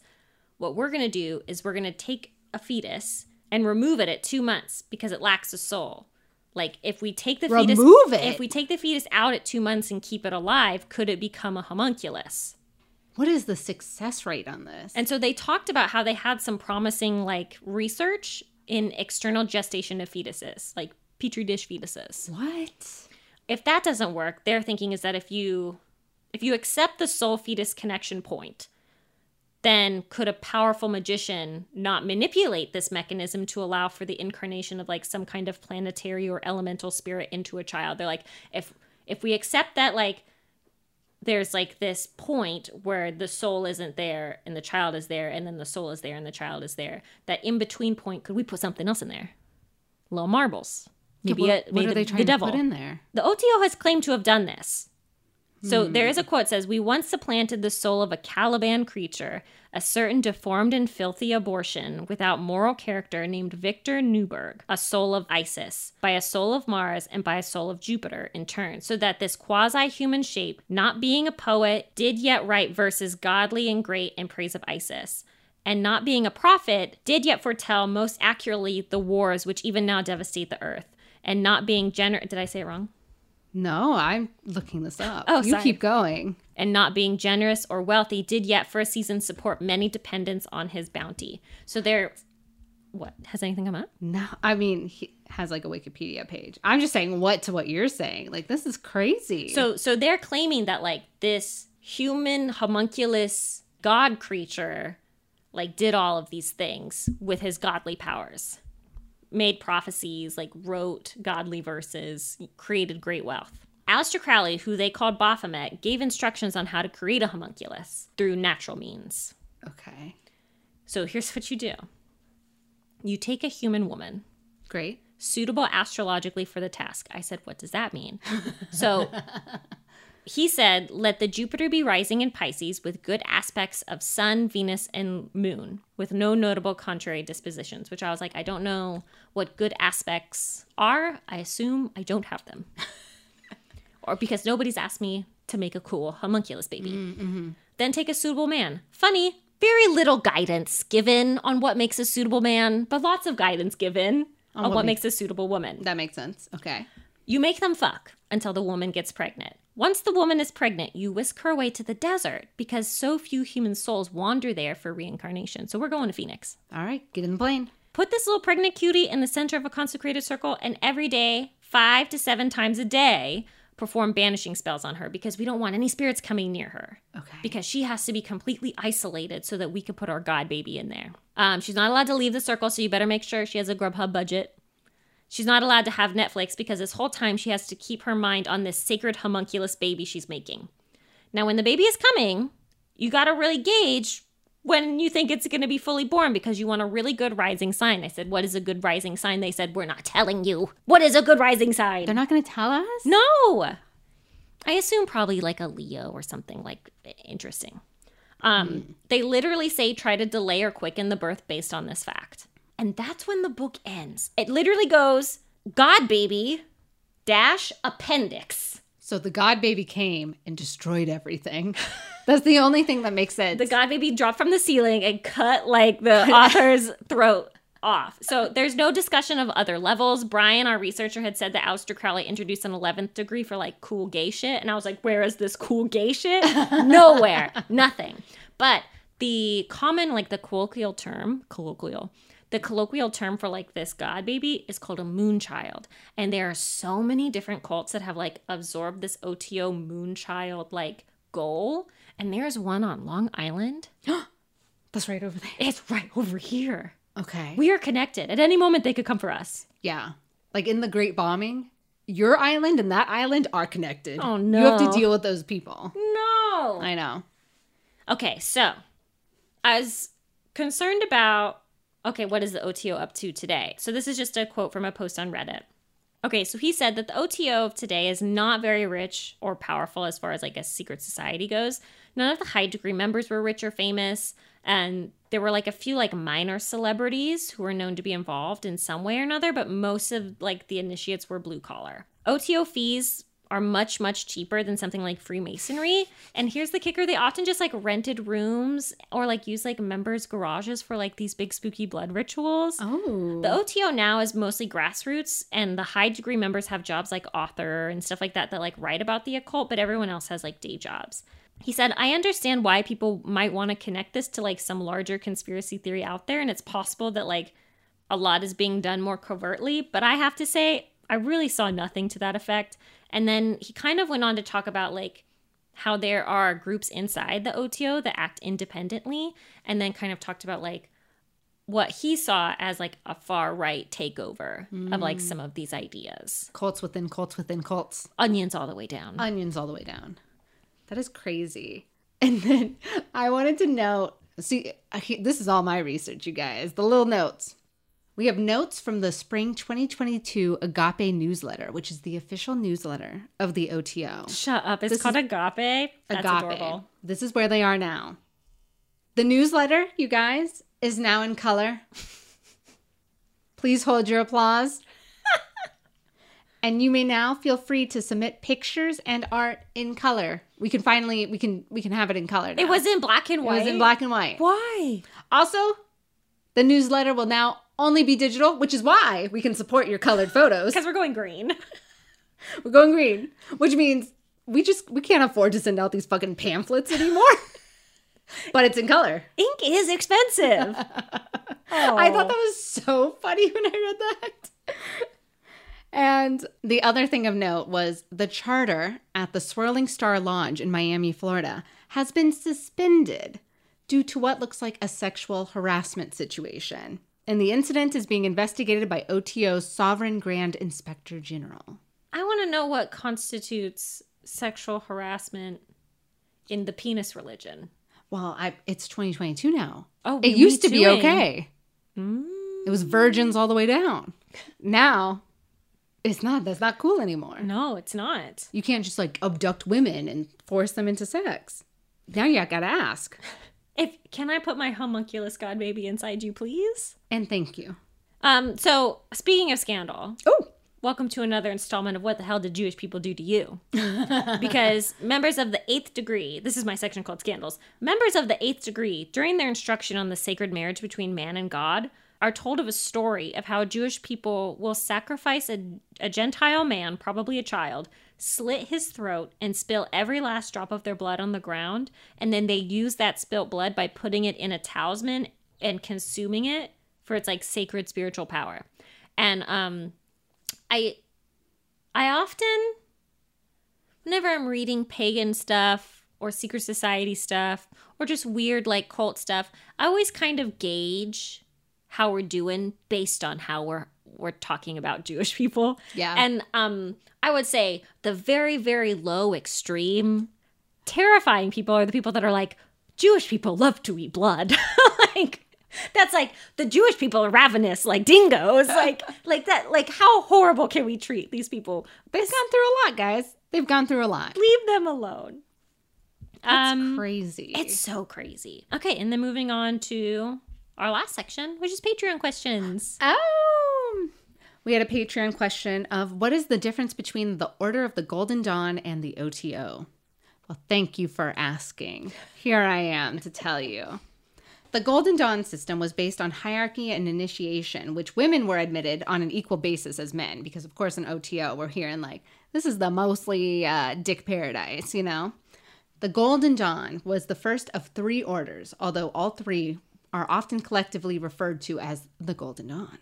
[SPEAKER 1] What we're going to do is we're going to take a fetus and remove it at 2 months because it lacks a soul. Like if we take the
[SPEAKER 2] Remove
[SPEAKER 1] fetus
[SPEAKER 2] it?
[SPEAKER 1] if we take the fetus out at 2 months and keep it alive, could it become a homunculus?
[SPEAKER 2] What is the success rate on this?
[SPEAKER 1] And so they talked about how they had some promising like research in external gestation of fetuses, like petri dish fetuses.
[SPEAKER 2] what?
[SPEAKER 1] If that doesn't work, their thinking is that if you if you accept the soul fetus connection point, then could a powerful magician not manipulate this mechanism to allow for the incarnation of like some kind of planetary or elemental spirit into a child? They're like, if if we accept that like there's like this point where the soul isn't there and the child is there and then the soul is there and the child is there that in between point could we put something else in there little marbles maybe,
[SPEAKER 2] what,
[SPEAKER 1] a, maybe
[SPEAKER 2] what are they
[SPEAKER 1] the,
[SPEAKER 2] trying
[SPEAKER 1] the devil
[SPEAKER 2] to put in there?
[SPEAKER 1] the OTO has claimed to have done this. So there is a quote says, "We once supplanted the soul of a Caliban creature, a certain deformed and filthy abortion without moral character named Victor Newberg, a soul of Isis, by a soul of Mars and by a soul of Jupiter in turn, so that this quasi-human shape, not being a poet, did yet write verses godly and great in praise of Isis." and not being a prophet, did yet foretell most accurately the wars which even now devastate the earth. And not being gener did I say it wrong?
[SPEAKER 2] No, I'm looking this up.
[SPEAKER 1] Oh,
[SPEAKER 2] you
[SPEAKER 1] sorry.
[SPEAKER 2] keep going.
[SPEAKER 1] and not being generous or wealthy, did yet for a season support many dependents on his bounty. So there, what has anything come up?
[SPEAKER 2] No, I mean he has like a Wikipedia page. I'm just saying what to what you're saying. Like this is crazy.
[SPEAKER 1] So so they're claiming that like this human homunculus god creature, like did all of these things with his godly powers, made prophecies, like wrote godly verses, created great wealth. Aleister Crowley, who they called Baphomet, gave instructions on how to create a homunculus through natural means.
[SPEAKER 2] okay,
[SPEAKER 1] So here's [LAUGHS] what you do you take a human woman,
[SPEAKER 2] great.
[SPEAKER 1] suitable astrologically for the task. I said, What does that mean? so he said, Let the Jupiter be rising in Pisces with good aspects of Sun, Venus, and Moon, with no notable contrary dispositions, which I was like, I don't know what good aspects are. I assume I don't have them. [LAUGHS] or because nobody's asked me to make a cool homunculus baby. Then take a suitable man. Funny, very little guidance given on what makes a suitable man, but lots of guidance given on,
[SPEAKER 2] what
[SPEAKER 1] what makes a suitable woman.
[SPEAKER 2] That makes sense. Okay.
[SPEAKER 1] You make them fuck until the woman gets pregnant. Once the woman is pregnant, you whisk her away to the desert because so few human souls wander there for reincarnation. So we're going to Phoenix.
[SPEAKER 2] All right, get in the plane.
[SPEAKER 1] Put this little pregnant cutie in the center of a consecrated circle and every day, five to seven times a day, perform banishing spells on her because we don't want any spirits coming near her
[SPEAKER 2] Okay.
[SPEAKER 1] because she has to be completely isolated so that we can put our god baby in there. Um, she's not allowed to leave the circle, so you better make sure she has a Grubhub budget. She's not allowed to have Netflix because this whole time she has to keep her mind on this sacred homunculus baby she's making. Now, when the baby is coming, you got to really gauge when you think it's going to be fully born because you want a really good rising sign. I said, What is a good rising sign? They said, We're not telling you. What is a good rising sign?
[SPEAKER 2] They're not going to tell us.
[SPEAKER 1] No. I assume probably like a Leo or something like interesting. Um, They literally say try to delay or quicken the birth based on this fact. And that's when the book ends. It literally goes God baby dash appendix.
[SPEAKER 2] So the god baby came and destroyed everything. [LAUGHS] That's the only thing that makes sense.
[SPEAKER 1] The God baby dropped from the ceiling and cut like the [LAUGHS] author's throat off. So there's no discussion of other levels. Brian, our researcher, had said that Aleister Crowley introduced an 11th degree for like cool gay shit. And I was like, where is this cool gay shit? Nowhere. Nothing. But the common, like the colloquial term, colloquial, the colloquial term for like this god baby is called a moon child. And there are so many different cults that have like absorbed this OTO moon child like goal. And there's one on Long Island
[SPEAKER 2] That's right over there.
[SPEAKER 1] It's right over here.
[SPEAKER 2] Okay.
[SPEAKER 1] We are connected. At any moment, they could come for us.
[SPEAKER 2] yeah. Like in the Great Bombing, your island and that island are connected.
[SPEAKER 1] Oh,
[SPEAKER 2] You have to
[SPEAKER 1] no.
[SPEAKER 2] deal with those people.
[SPEAKER 1] No.
[SPEAKER 2] I know.
[SPEAKER 1] Okay, so I was concerned about okay, what is the OTO up to today? So this is just a quote from a post on Reddit. Okay, so he said that the OTO of today is not very rich or powerful as far as like a secret society goes. None of the high degree members were rich or famous, and there were like a few like minor celebrities who were known to be involved in some way or another, but most of like the initiates were blue collar. OTO fees are much much cheaper than something like Freemasonry. And here's the kicker, they often just like rented rooms or like use like members garages for like these big spooky blood rituals.
[SPEAKER 2] Oh.
[SPEAKER 1] The OTO now is mostly grassroots, and the high degree members have jobs like author and stuff like that that like write about the occult, but everyone else has like day jobs. He said, I understand why people might want to connect this to like some larger conspiracy theory out there, and it's possible that like a lot is being done more covertly, but I have to say, I really saw nothing to that effect. And then he kind of went on to talk about like how there are groups inside the OTO that act independently, and then kind of talked about like what he saw as like a far right takeover of like some of these ideas.
[SPEAKER 2] cults within cults within cults.
[SPEAKER 1] Onions all the way down.
[SPEAKER 2] onions all the way down. That is crazy. [LAUGHS] And then I wanted to note see, I- this is all my research, you guys. The little notes. We have notes from the spring 2022 Agape newsletter, which is the official newsletter of the OTO.
[SPEAKER 1] Shut up. It's called agape. That's
[SPEAKER 2] Agape.
[SPEAKER 1] adorable.
[SPEAKER 2] This is where they are now. The newsletter, you guys, is now
[SPEAKER 1] [LAUGHS]
[SPEAKER 2] in color. Please hold
[SPEAKER 1] [LAUGHS]
[SPEAKER 2] your applause. and you may now feel free to submit pictures and art in color. We can finally we can we can have it in color. now.
[SPEAKER 1] It was in black and
[SPEAKER 2] it
[SPEAKER 1] white.
[SPEAKER 2] was in black and white.
[SPEAKER 1] Why?
[SPEAKER 2] Also, the newsletter will now only be digital, which is why we can support your colored photos.
[SPEAKER 1] Because we're going
[SPEAKER 2] [LAUGHS]
[SPEAKER 1] green.
[SPEAKER 2] We're going green, which means we just we can't afford to send out these fucking pamphlets anymore. [LAUGHS] but it's in color.
[SPEAKER 1] Ink is expensive.
[SPEAKER 2] I thought that was so funny when I read that. And the other thing of note was the charter at the Swirling Star Lodge in Miami, Florida, has been suspended due to what looks like a sexual harassment situation. And the incident is being investigated by OTO's Sovereign Grand Inspector General.
[SPEAKER 1] I want to know what constitutes sexual harassment in the penis religion.
[SPEAKER 2] Well, I, it's 2022 now.
[SPEAKER 1] Oh,
[SPEAKER 2] It
[SPEAKER 1] we
[SPEAKER 2] used to be
[SPEAKER 1] too-ing.
[SPEAKER 2] okay.
[SPEAKER 1] Mm.
[SPEAKER 2] It was virgins all the way down. Now, it's not. That's not cool anymore.
[SPEAKER 1] No, it's not.
[SPEAKER 2] You can't just like abduct women and force them into sex. Now you gotta ask.
[SPEAKER 1] If can I put my homunculus god baby inside you, please?
[SPEAKER 2] And thank you.
[SPEAKER 1] Um. So speaking of scandal,
[SPEAKER 2] Oh,
[SPEAKER 1] welcome to another installment of what the hell did jewish people do to you because members of the eighth degree this is my section called scandals members of the eighth degree during their instruction on the sacred marriage between man and god are told of a story of how jewish people will sacrifice a, a gentile man probably a child slit his throat and spill every last drop of their blood on the ground and then they use that spilt blood by putting it in a talisman and consuming it for its like sacred spiritual power and um I I often whenever I'm reading pagan stuff or secret society stuff or just weird like cult stuff, I always kind of gauge how we're doing based on how we're we're talking about Jewish people.
[SPEAKER 2] Yeah.
[SPEAKER 1] And um I would say the very very low extreme terrifying people are the people that are like Jewish people love to eat blood. [LAUGHS] like that's like the Jewish people are ravenous like dingoes. Like like that like how horrible can we treat these people?
[SPEAKER 2] they've gone through a lot, guys. They've gone through a lot.
[SPEAKER 1] Leave them alone.
[SPEAKER 2] That's
[SPEAKER 1] um
[SPEAKER 2] crazy.
[SPEAKER 1] it's so crazy. Okay, and then moving on to our last section, which is Patreon questions.
[SPEAKER 2] oh. We had a Patreon question of what is the difference between the Order of the Golden Dawn and the OTO? Well, thank you for asking. Here I am to tell you. The Golden Dawn system was based on hierarchy and initiation, which women were admitted on an equal basis as men, because of course in OTO we're hearing like this is the mostly uh, dick paradise, you know. The Golden Dawn was the first of three orders, although all three are often collectively referred to as the Golden Dawn.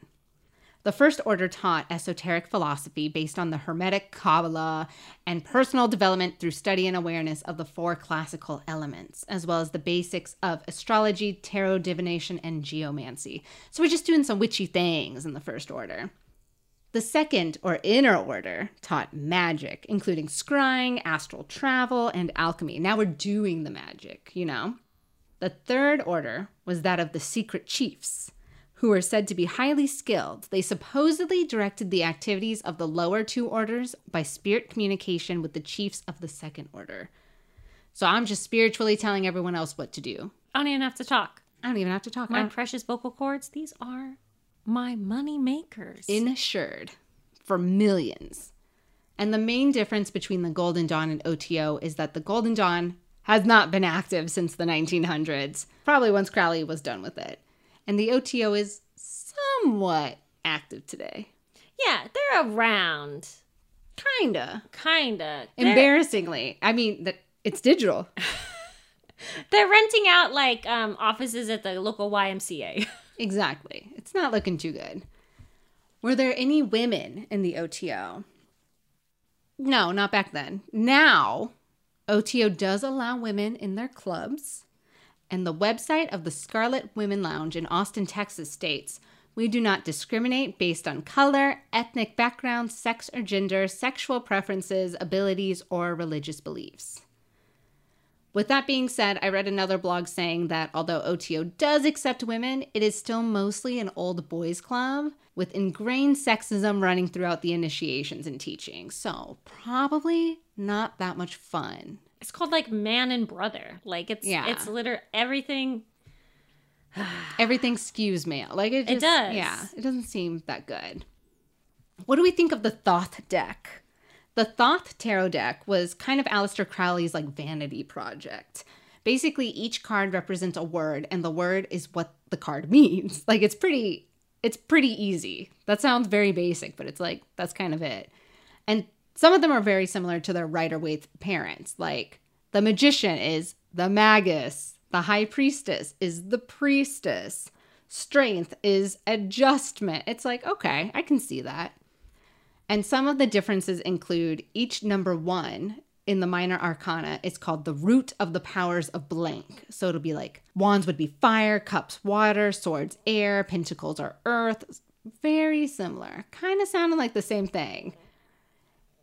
[SPEAKER 2] The First Order taught esoteric philosophy based on the Hermetic Kabbalah and personal development through study and awareness of the four classical elements, as well as the basics of astrology, tarot divination, and geomancy. So we're just doing some witchy things in the First Order. The second or inner order taught magic, including scrying, astral travel, and alchemy. Now we're doing the magic, you know? The third order was that of the secret chiefs, who were said to be highly skilled. They supposedly directed the activities of the lower two orders by spirit communication with the chiefs of the second order. So I'm just spiritually telling everyone else what to do.
[SPEAKER 1] I don't even have to talk.
[SPEAKER 2] I don't even have to talk.
[SPEAKER 1] My
[SPEAKER 2] I'm
[SPEAKER 1] precious vocal cords, these are my money makers.
[SPEAKER 2] insured for millions. And the main difference between the Golden Dawn and OTO is that the Golden Dawn has not been active since the 1900s, probably once Crowley was done with it. And the OTO is somewhat active today.
[SPEAKER 1] yeah, they're around.
[SPEAKER 2] Kinda.
[SPEAKER 1] Kinda. They're,
[SPEAKER 2] Embarrassingly. I mean, that it's digital.
[SPEAKER 1] they're renting out like um, offices at the local YMCA.
[SPEAKER 2] Exactly. It's not looking too good. Were there any women in the OTO? No, not back then. Now, OTO does allow women in their clubs. And the website of the Scarlet Women Lounge in Austin, Texas states we do not discriminate based on color, ethnic background, sex or gender, sexual preferences, abilities, or religious beliefs. With that being said, I read another blog saying that although OTO does accept women, it is still mostly an old boys club with ingrained sexism running throughout the initiations and teaching. So, probably not that much fun.
[SPEAKER 1] [LAUGHS] It's called like man and brother. Like it's
[SPEAKER 2] Yeah.
[SPEAKER 1] it's liter everything.
[SPEAKER 2] Everything skews male. Like it, just,
[SPEAKER 1] It does.
[SPEAKER 2] Yeah, it doesn't seem that good. What do we think of the Thoth deck? The Thoth tarot deck was kind of Aleister Crowley's like vanity project. Basically, each card represents a word, and the word is what the card [LAUGHS] means. Like it's pretty, it's pretty easy. That sounds very basic, but it's like that's kind of it. And some of them are very similar to their Rider Waite parents. Like the magician is the magus, the high priestess is the priestess, strength is adjustment. It's like okay, I can see that. And some of the differences include each number one in the minor arcana is called the root of the powers of blank. So it'll be like wands would be fire, cups water, swords air, pentacles are earth. Very similar. Kind of sounded like the same thing.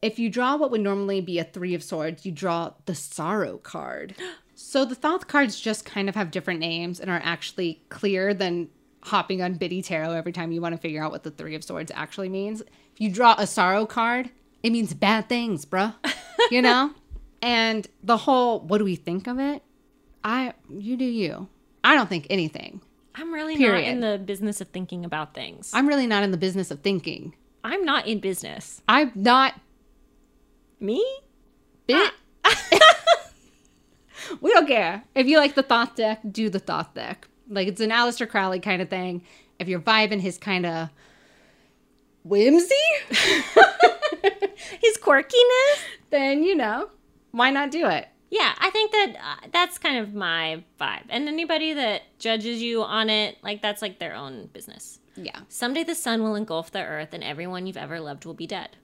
[SPEAKER 2] If you draw what would normally be a three of swords, you draw the sorrow card. So the Thoth cards just kind of have different names and are actually clearer than hopping on Biddy Tarot every time you want to figure out what the three of swords actually means. If you draw a sorrow card, it means bad things, bruh. You know? and the whole what do we think of it? I you do you. I don't think anything.
[SPEAKER 1] I'm really
[SPEAKER 2] Period.
[SPEAKER 1] not in the business of thinking about things.
[SPEAKER 2] I'm really not in the business of thinking.
[SPEAKER 1] I'm not in business.
[SPEAKER 2] I'm not
[SPEAKER 1] Me?
[SPEAKER 2] bit. [LAUGHS] we don't care. If you like the Thoth deck, do the Thoth deck. Like it's an Aleister Crowley kind of thing. If you're vibing his kind of whimsy, [LAUGHS]
[SPEAKER 1] His quirkiness?
[SPEAKER 2] then you know why not do it.
[SPEAKER 1] Yeah, I think that uh, that's kind of my vibe. And anybody that judges you on it, like that's like their own business.
[SPEAKER 2] Yeah,
[SPEAKER 1] Someday the sun will engulf the earth and everyone you've ever loved will be dead.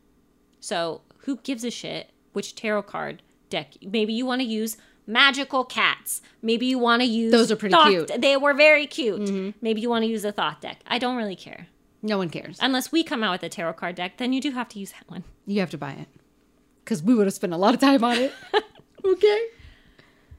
[SPEAKER 1] So, who gives a shit which tarot card deck? Maybe you want to use magical cats. Maybe you want to use
[SPEAKER 2] Those are pretty
[SPEAKER 1] thought-
[SPEAKER 2] cute. Mm-hmm.
[SPEAKER 1] They were very cute. Maybe you want to use a thought deck. I don't really care.
[SPEAKER 2] no one cares.
[SPEAKER 1] Unless we come out with a tarot card deck, then you do have to use that one.
[SPEAKER 2] You have to buy it because we would have spent a lot of time on it. okay,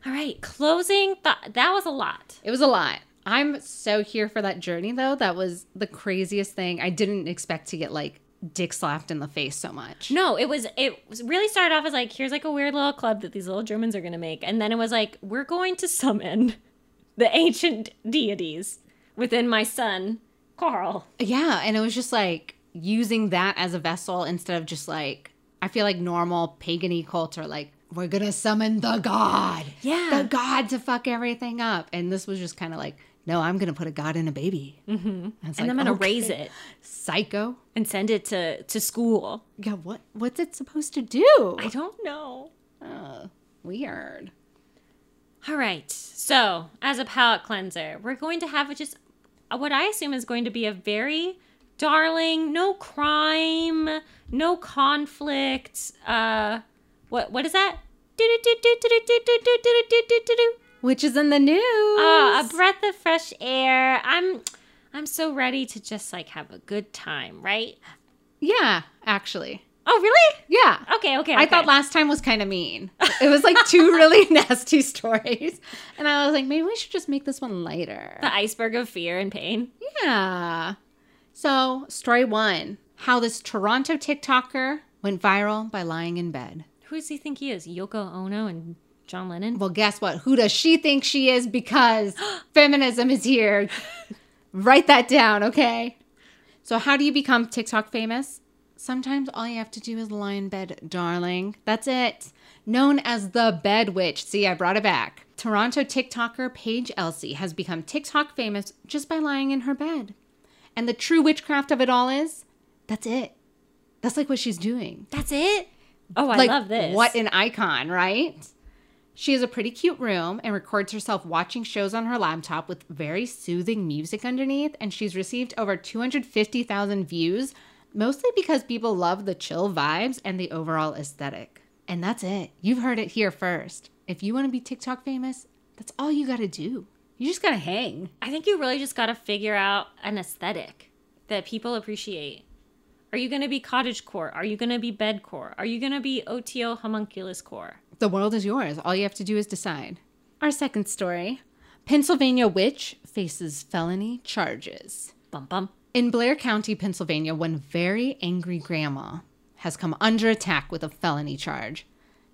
[SPEAKER 1] All right, closing thought. That was a lot.
[SPEAKER 2] it was a lot. I'm so here for that journey though. That was the craziest thing. I didn't expect to get like dick slapped in the face so much.
[SPEAKER 1] No, it was it was really started off as like here's like a weird little club that these little Germans are gonna make, and then it was like we're going to summon [LAUGHS] the ancient deities within my son Carl.
[SPEAKER 2] Yeah, and it was just like using that as a vessel instead of just like I feel like normal pagan cults are like we're gonna summon the god,
[SPEAKER 1] Yeah.
[SPEAKER 2] the god to fuck everything up, and this was just kind of like no, I'm gonna put a god in a baby, mm-hmm. and, it's
[SPEAKER 1] And
[SPEAKER 2] like,
[SPEAKER 1] I'm gonna
[SPEAKER 2] okay,
[SPEAKER 1] raise it
[SPEAKER 2] Psycho,
[SPEAKER 1] and send it to to school.
[SPEAKER 2] yeah. What what's it supposed to do?
[SPEAKER 1] I don't know.
[SPEAKER 2] Uh, weird.
[SPEAKER 1] All right. So, as a palate cleanser, we're going to have just what I assume is going to be a very darling, no crime, no conflict. Uh, what what is that?
[SPEAKER 2] Which is in the news. Uh,
[SPEAKER 1] Oh, a breath of fresh air. I'm I'm so ready to just like have a good time, right?
[SPEAKER 2] yeah, actually.
[SPEAKER 1] Oh, really?
[SPEAKER 2] Yeah.
[SPEAKER 1] Okay, okay.
[SPEAKER 2] I thought
[SPEAKER 1] okay.
[SPEAKER 2] last time was kind of mean. It was like two really nasty stories. And I was like, maybe we should just make this one lighter.
[SPEAKER 1] the iceberg of fear and pain.
[SPEAKER 2] Yeah. So, story one how this Toronto TikToker went viral by lying in bed.
[SPEAKER 1] Who does he think he is? Yoko Ono and John Lennon?
[SPEAKER 2] Well, guess what? Who does she think she is? [GASPS] Because feminism is here. Write that down, okay? So, how do you become TikTok famous? Sometimes all you have to do is lie in bed, darling. That's it. Known as the bed witch. See, I brought it back. Toronto TikToker Paige Elsie has become TikTok famous just by lying in her bed. And the true witchcraft of it all is that's it. That's like what she's doing
[SPEAKER 1] That's it? Oh, I
[SPEAKER 2] like,
[SPEAKER 1] love this.
[SPEAKER 2] What an icon, right? She has a pretty cute room and records herself watching shows on her laptop with very soothing music underneath. And she's received over 250,000 views, mostly because people love the chill vibes and the overall aesthetic. And that's it. You've heard it here first. If you want to be TikTok famous, that's all you got to do. You just got to hang.
[SPEAKER 1] I think you really just got to figure out an aesthetic that people appreciate. Are you going to be cottage core? Are you going to be bed core? Are you going to be OTO homunculus core?
[SPEAKER 2] The world is yours. All you have to do is decide. Our second story Pennsylvania witch faces felony charges.
[SPEAKER 1] Bum bum.
[SPEAKER 2] In Blair County, Pennsylvania, one very angry grandma has come under attack with a felony charge.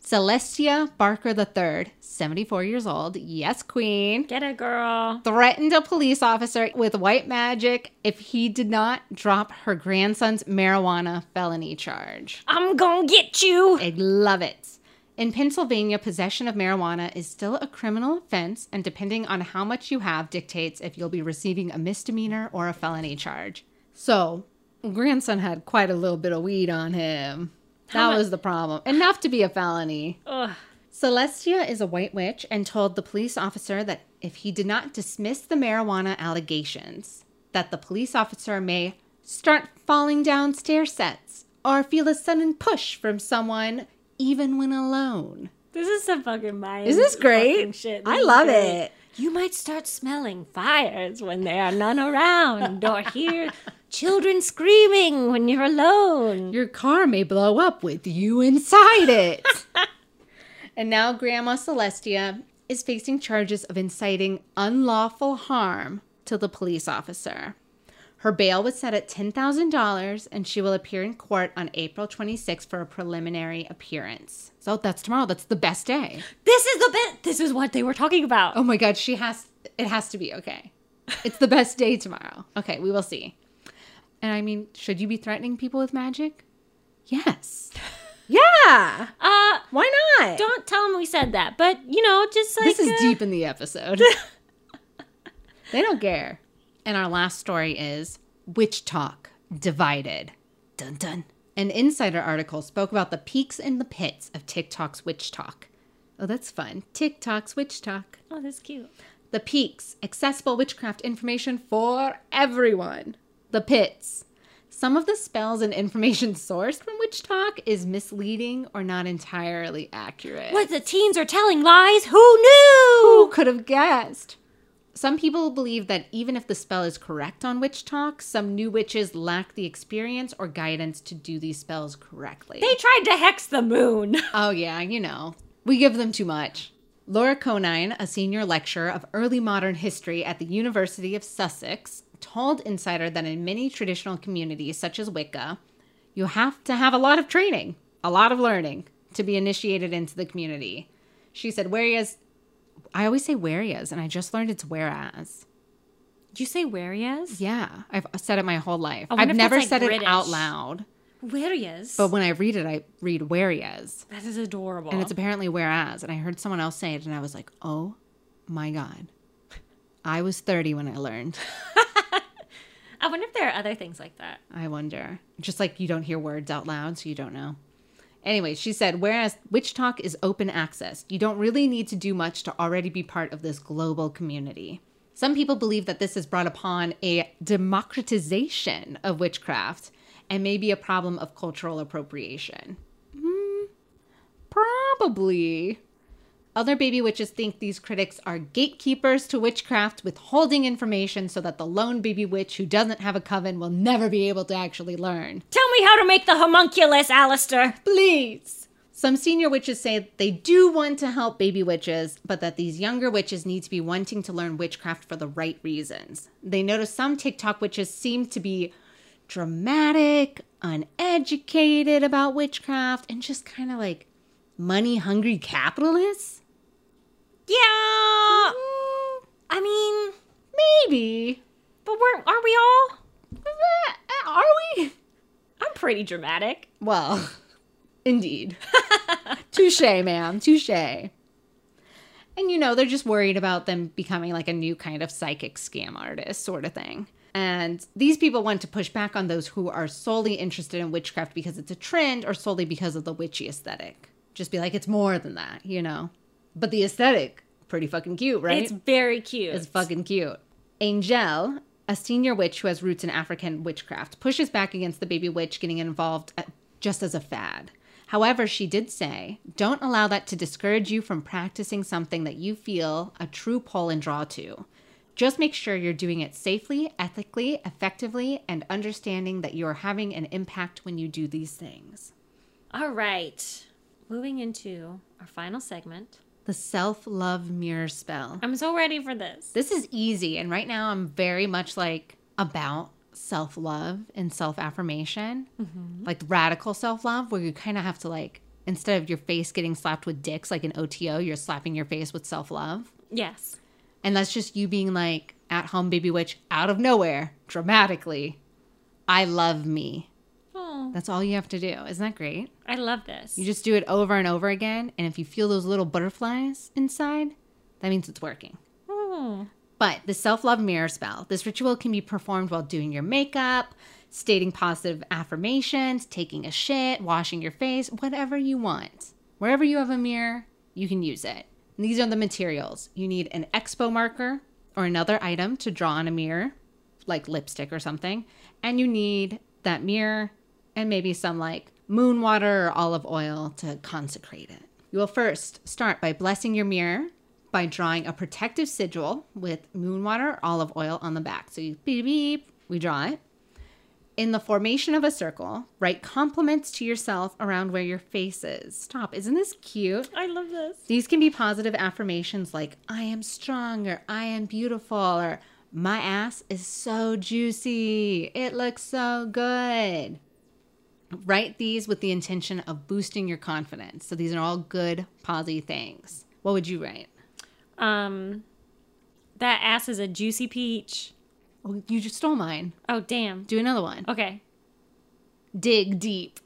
[SPEAKER 2] Celestia Barker III, 74 years old, yes, queen,
[SPEAKER 1] Get it, girl.
[SPEAKER 2] threatened a police officer with white magic if he did not drop her grandson's marijuana felony charge.
[SPEAKER 1] I'm going to get you.
[SPEAKER 2] I love it. In Pennsylvania, possession of marijuana is still a criminal offense, and depending on how much you have dictates if you'll be receiving a misdemeanor or a felony charge. So, grandson had quite a little bit of weed on him.
[SPEAKER 1] How
[SPEAKER 2] That
[SPEAKER 1] mu-
[SPEAKER 2] was the problem. Enough to be a felony.
[SPEAKER 1] Ugh.
[SPEAKER 2] Celestia is a white witch and told the police officer that if he did not dismiss the marijuana allegations, that the police officer may start falling down stair sets or feel a sudden push from someone even when alone.
[SPEAKER 1] This is some fucking mind.
[SPEAKER 2] Is this great?
[SPEAKER 1] fucking shit.
[SPEAKER 2] I
[SPEAKER 1] This is
[SPEAKER 2] love
[SPEAKER 1] great.
[SPEAKER 2] it.
[SPEAKER 1] You might start smelling fires when there are none around, or hear children screaming when you're alone.
[SPEAKER 2] Your car may blow up with you inside it. and now Grandma Celestia is facing charges of inciting unlawful harm to the police officer. Her bail was set at $10,000 and she will appear in court on April 26th for a preliminary appearance. So that's tomorrow. That's the best day.
[SPEAKER 1] This is the bit. This is what they were talking about.
[SPEAKER 2] Oh my god, she has it has to be okay. It's the best day tomorrow. Okay, we will see. And I mean, should you be threatening people with magic? Yes. [LAUGHS] Yeah.
[SPEAKER 1] Uh,
[SPEAKER 2] Why not?
[SPEAKER 1] don't tell them we said that, but you know, just like
[SPEAKER 2] this is
[SPEAKER 1] uh,
[SPEAKER 2] deep in the episode. [LAUGHS] they don't care. And our last story is Witch Talk Divided. Dun dun. An insider article spoke about the peaks and the pits of TikTok's witch talk. Oh, that's fun. TikTok's witch talk.
[SPEAKER 1] Oh, that's cute.
[SPEAKER 2] The peaks, accessible witchcraft information for everyone. The pits. Some of the spells and information [LAUGHS] sourced from Witch Talk is misleading or not entirely accurate.
[SPEAKER 1] What the teens are telling lies? Who knew?
[SPEAKER 2] Who could have guessed? Some people believe that even if the spell is correct on Witch Talk, some new witches lack the experience or guidance to do these spells correctly.
[SPEAKER 1] They tried to hex the moon. [LAUGHS]
[SPEAKER 2] Oh, yeah, you know. We give them too much. Laura Conine, a senior lecturer of early modern history at the University of Sussex, told Insider that in many traditional communities, such as Wicca, you have to have a lot of training, a lot of learning to be initiated into the community. She said, whereas, I always say whereas, and I just learned it's whereas.
[SPEAKER 1] Did you say whereas?
[SPEAKER 2] Yeah, I've said it my whole life.
[SPEAKER 1] wonder
[SPEAKER 2] I've
[SPEAKER 1] Oh, if that's,
[SPEAKER 2] never
[SPEAKER 1] like,
[SPEAKER 2] said it out
[SPEAKER 1] British.
[SPEAKER 2] loud,
[SPEAKER 1] Whereas?
[SPEAKER 2] but when I read it, I read whereas.
[SPEAKER 1] that is adorable.
[SPEAKER 2] Oh. And it's apparently whereas. And I heard someone else say it, and I was like, oh my God. I was 30 when I learned.
[SPEAKER 1] I wonder if there are other things like that.
[SPEAKER 2] I wonder. Just like you don't hear words out loud, so you don't know. Anyway, she said, whereas Witch Talk is open access, you don't really need to do much to already be part of this global community. Some people believe that this has brought upon a democratization of witchcraft and may be a problem of cultural appropriation. Hmm, probably. Other baby witches think these critics are gatekeepers to witchcraft, withholding information so that the lone baby witch who doesn't have a coven will never be able to actually learn.
[SPEAKER 1] Tell me how to make the homunculus, Alistair.
[SPEAKER 2] Please! Some senior witches say they do want to help baby witches, but that these younger witches need to be wanting to learn witchcraft for the right reasons. They notice some TikTok witches seem to be dramatic, uneducated about witchcraft, and just kind of like money hungry capitalists.
[SPEAKER 1] Yeah. I mean,
[SPEAKER 2] Maybe.
[SPEAKER 1] but weren't aren't we all?
[SPEAKER 2] Are we?
[SPEAKER 1] I'm pretty dramatic.
[SPEAKER 2] Well, [LAUGHS] indeed. Touche, ma'am. Touche. And you know, they're just worried about them becoming like a new kind of psychic scam artist sort of thing. And these people want to push back on those who are solely interested in witchcraft because it's a trend or solely because of the witchy aesthetic. Just be like, it's more than that, you know? But the aesthetic, pretty fucking cute, right?
[SPEAKER 1] It's very cute.
[SPEAKER 2] is fucking cute. Angel, a senior witch who has roots in African witchcraft, pushes back against the baby witch getting involved at, just as a fad. However, she did say, don't allow that to discourage you from practicing something that you feel a true pull and draw to. Just make sure you're doing it safely, ethically, effectively, and understanding that you're having an impact when you do these things.
[SPEAKER 1] all right. Moving into our final segment.
[SPEAKER 2] The self love mirror spell.
[SPEAKER 1] I'm so ready for this.
[SPEAKER 2] This is easy. And right now, I'm very much like about self love and self affirmation, like radical self love, where you kind of have to like, instead of your face getting slapped with dicks like an OTO, you're slapping your face with self love.
[SPEAKER 1] Yes.
[SPEAKER 2] And that's just you being like at home, baby witch, out of nowhere, dramatically. I love me.
[SPEAKER 1] Oh,
[SPEAKER 2] That's all you have to do. Isn't that great?
[SPEAKER 1] I love this.
[SPEAKER 2] You just do it over and over again. And if you feel those little butterflies inside, that means it's working.
[SPEAKER 1] Oh.
[SPEAKER 2] But the self love mirror spell, this ritual can be performed while doing your makeup, stating positive affirmations, taking a shit, washing your face, whatever you want. Wherever you have a mirror, you can use it. And these are the materials you need an expo marker or another item to draw on a mirror, like lipstick or something. And you need that mirror and maybe some like moon water or olive oil to consecrate it. You will first start by blessing your mirror by drawing a protective sigil with moon water or olive oil on the back. So you beep beep, we draw it. In the formation of a circle, write compliments to yourself around where your face is. Stop. Isn't this cute?
[SPEAKER 1] I love this.
[SPEAKER 2] These can be positive affirmations like, I am strong, or I am beautiful, or my ass is so juicy. It looks so good. Write these with the intention of boosting your confidence. So these are all good, positive things. What would you write?
[SPEAKER 1] Um, that ass is a juicy peach.
[SPEAKER 2] Oh, you just stole mine.
[SPEAKER 1] Oh, damn.
[SPEAKER 2] Do another one.
[SPEAKER 1] Okay.
[SPEAKER 2] Dig deep.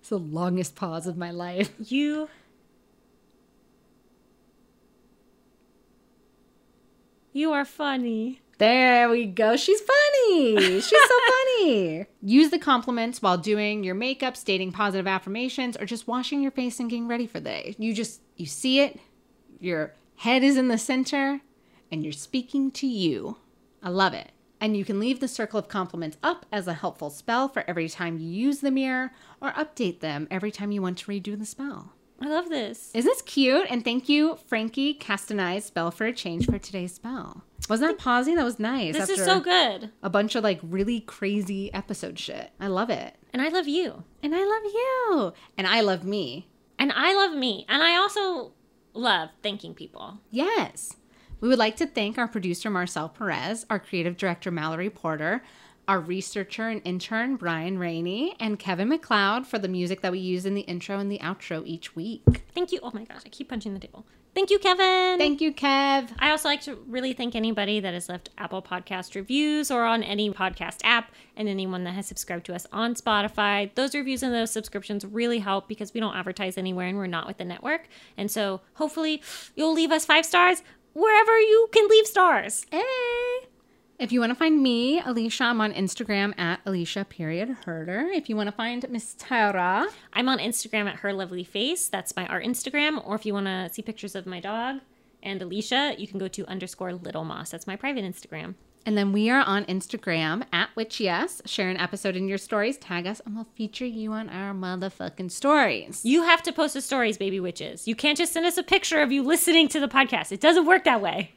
[SPEAKER 2] It's the longest pause of my life.
[SPEAKER 1] You. You are funny.
[SPEAKER 2] There we go. She's funny. She's [LAUGHS] so funny. Use the compliments while doing your makeup, stating positive affirmations, or just washing your face and getting ready for the day. You just you see it. Your head is in the center, and you're speaking to you. I love it. And you can leave the circle of compliments up as a helpful spell for every time you use the mirror, or update them every time you want to redo the spell.
[SPEAKER 1] I love this.
[SPEAKER 2] Isn't this cute? And thank you, Frankie Castanai's spell for a change for today's spell. Wasn't that pausing? That was nice.
[SPEAKER 1] This is
[SPEAKER 2] after
[SPEAKER 1] so good.
[SPEAKER 2] A bunch of like really crazy episode shit. I love it.
[SPEAKER 1] And I love you.
[SPEAKER 2] And I love you. And I love me.
[SPEAKER 1] And I love me. And I also love thanking people.
[SPEAKER 2] Yes. We would like to thank our producer, Marcel Perez, our creative director, Mallory Porter, our researcher and intern, Brian Rainey, and Kevin McLeod for the music that we use in the intro and the outro each week.
[SPEAKER 1] Thank you. Oh my gosh, I keep punching the table. Thank you, Kevin.
[SPEAKER 2] Thank you, Kev.
[SPEAKER 1] I also like to really thank anybody that has left Apple Podcast reviews or on any podcast app and anyone that has subscribed to us on Spotify. Those reviews and those subscriptions really help because we don't advertise anywhere and we're not with the network. And so hopefully you'll leave us five stars wherever you can leave stars.
[SPEAKER 2] Hey. If you want to find me, Alicia, I'm on Instagram at Alicia period Herder. If you want to find Miss Tara,
[SPEAKER 1] I'm on Instagram at her lovely face. That's my art Instagram. Or if you want to see pictures of my dog and Alicia, you can go to underscore little moss. That's my private Instagram.
[SPEAKER 2] and then we are on Instagram at which yes, share an episode in your stories, tag us, and we'll feature you on our motherfucking stories.
[SPEAKER 1] You have to post the stories, baby witches. You can't just send us a picture of you listening to the podcast. It doesn't work that way.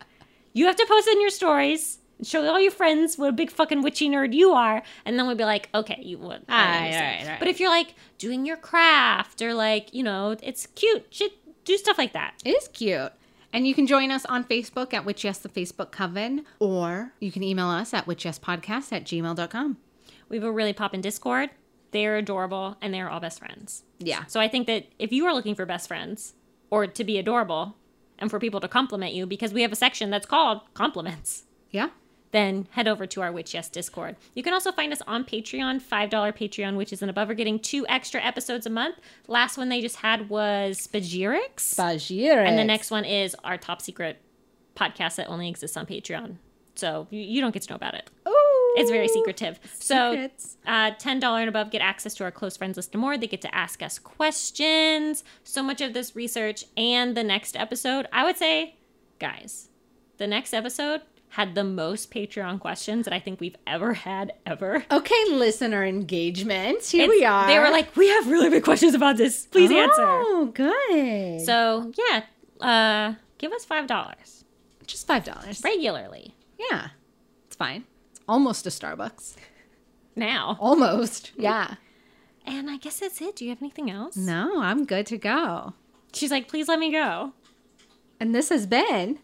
[SPEAKER 1] You have to post it in your stories. and Show all your friends what a big fucking witchy nerd you are, and then we'll be like, okay, you would.
[SPEAKER 2] Aye, right, right.
[SPEAKER 1] But if you're like doing your craft or like, you know, it's cute, shit, do stuff like that.
[SPEAKER 2] It is cute. And you can join us on Facebook at which yes, the Facebook coven, or you can email us at which yes podcast at gmail.com.
[SPEAKER 1] We have a really poppin' Discord. They're adorable and they're all best friends.
[SPEAKER 2] Yeah.
[SPEAKER 1] So I think that if you are looking for best friends or to be adorable and for people to compliment you, because we have a section that's called compliments,
[SPEAKER 2] Yeah.
[SPEAKER 1] then head over to our Witch Yes Discord. You can also find us on Patreon, $5 Patreon, which is an above. We're getting two extra episodes a month. Last one they just had was Spagirix.
[SPEAKER 2] Bajir.
[SPEAKER 1] And the next one is our top secret podcast that only exists on Patreon. So you, you don't get to know about it.
[SPEAKER 2] Ooh.
[SPEAKER 1] It's very secretive. So
[SPEAKER 2] Secrets.
[SPEAKER 1] uh, ten dollar and above get access to our close friends list and more. They get to ask us questions. So much of this research and the next episode, I would say, guys, the next episode had the most Patreon questions that I think we've ever had ever.
[SPEAKER 2] Okay, listener engagement. Here we
[SPEAKER 1] It's-
[SPEAKER 2] are.
[SPEAKER 1] They were like, we have really big questions about this. Please answer.
[SPEAKER 2] Oh, good.
[SPEAKER 1] So
[SPEAKER 2] So
[SPEAKER 1] yeah, uh, give us five dollars
[SPEAKER 2] just five dollars.
[SPEAKER 1] regularly
[SPEAKER 2] Yeah. It's fine. It's almost a Starbucks.
[SPEAKER 1] now.
[SPEAKER 2] Almost. [LAUGHS] Yeah.
[SPEAKER 1] And I guess that's it. Do you have anything else?
[SPEAKER 2] No, I'm good to go.
[SPEAKER 1] She's like, please let me go.
[SPEAKER 2] And this has been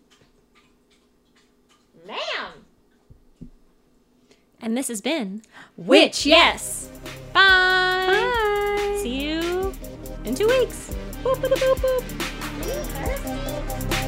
[SPEAKER 1] Ma'am. And this has been
[SPEAKER 2] Which
[SPEAKER 1] Yes. Bye.
[SPEAKER 2] Bye.
[SPEAKER 1] See you in two weeks. Boop, boop, boop, boop.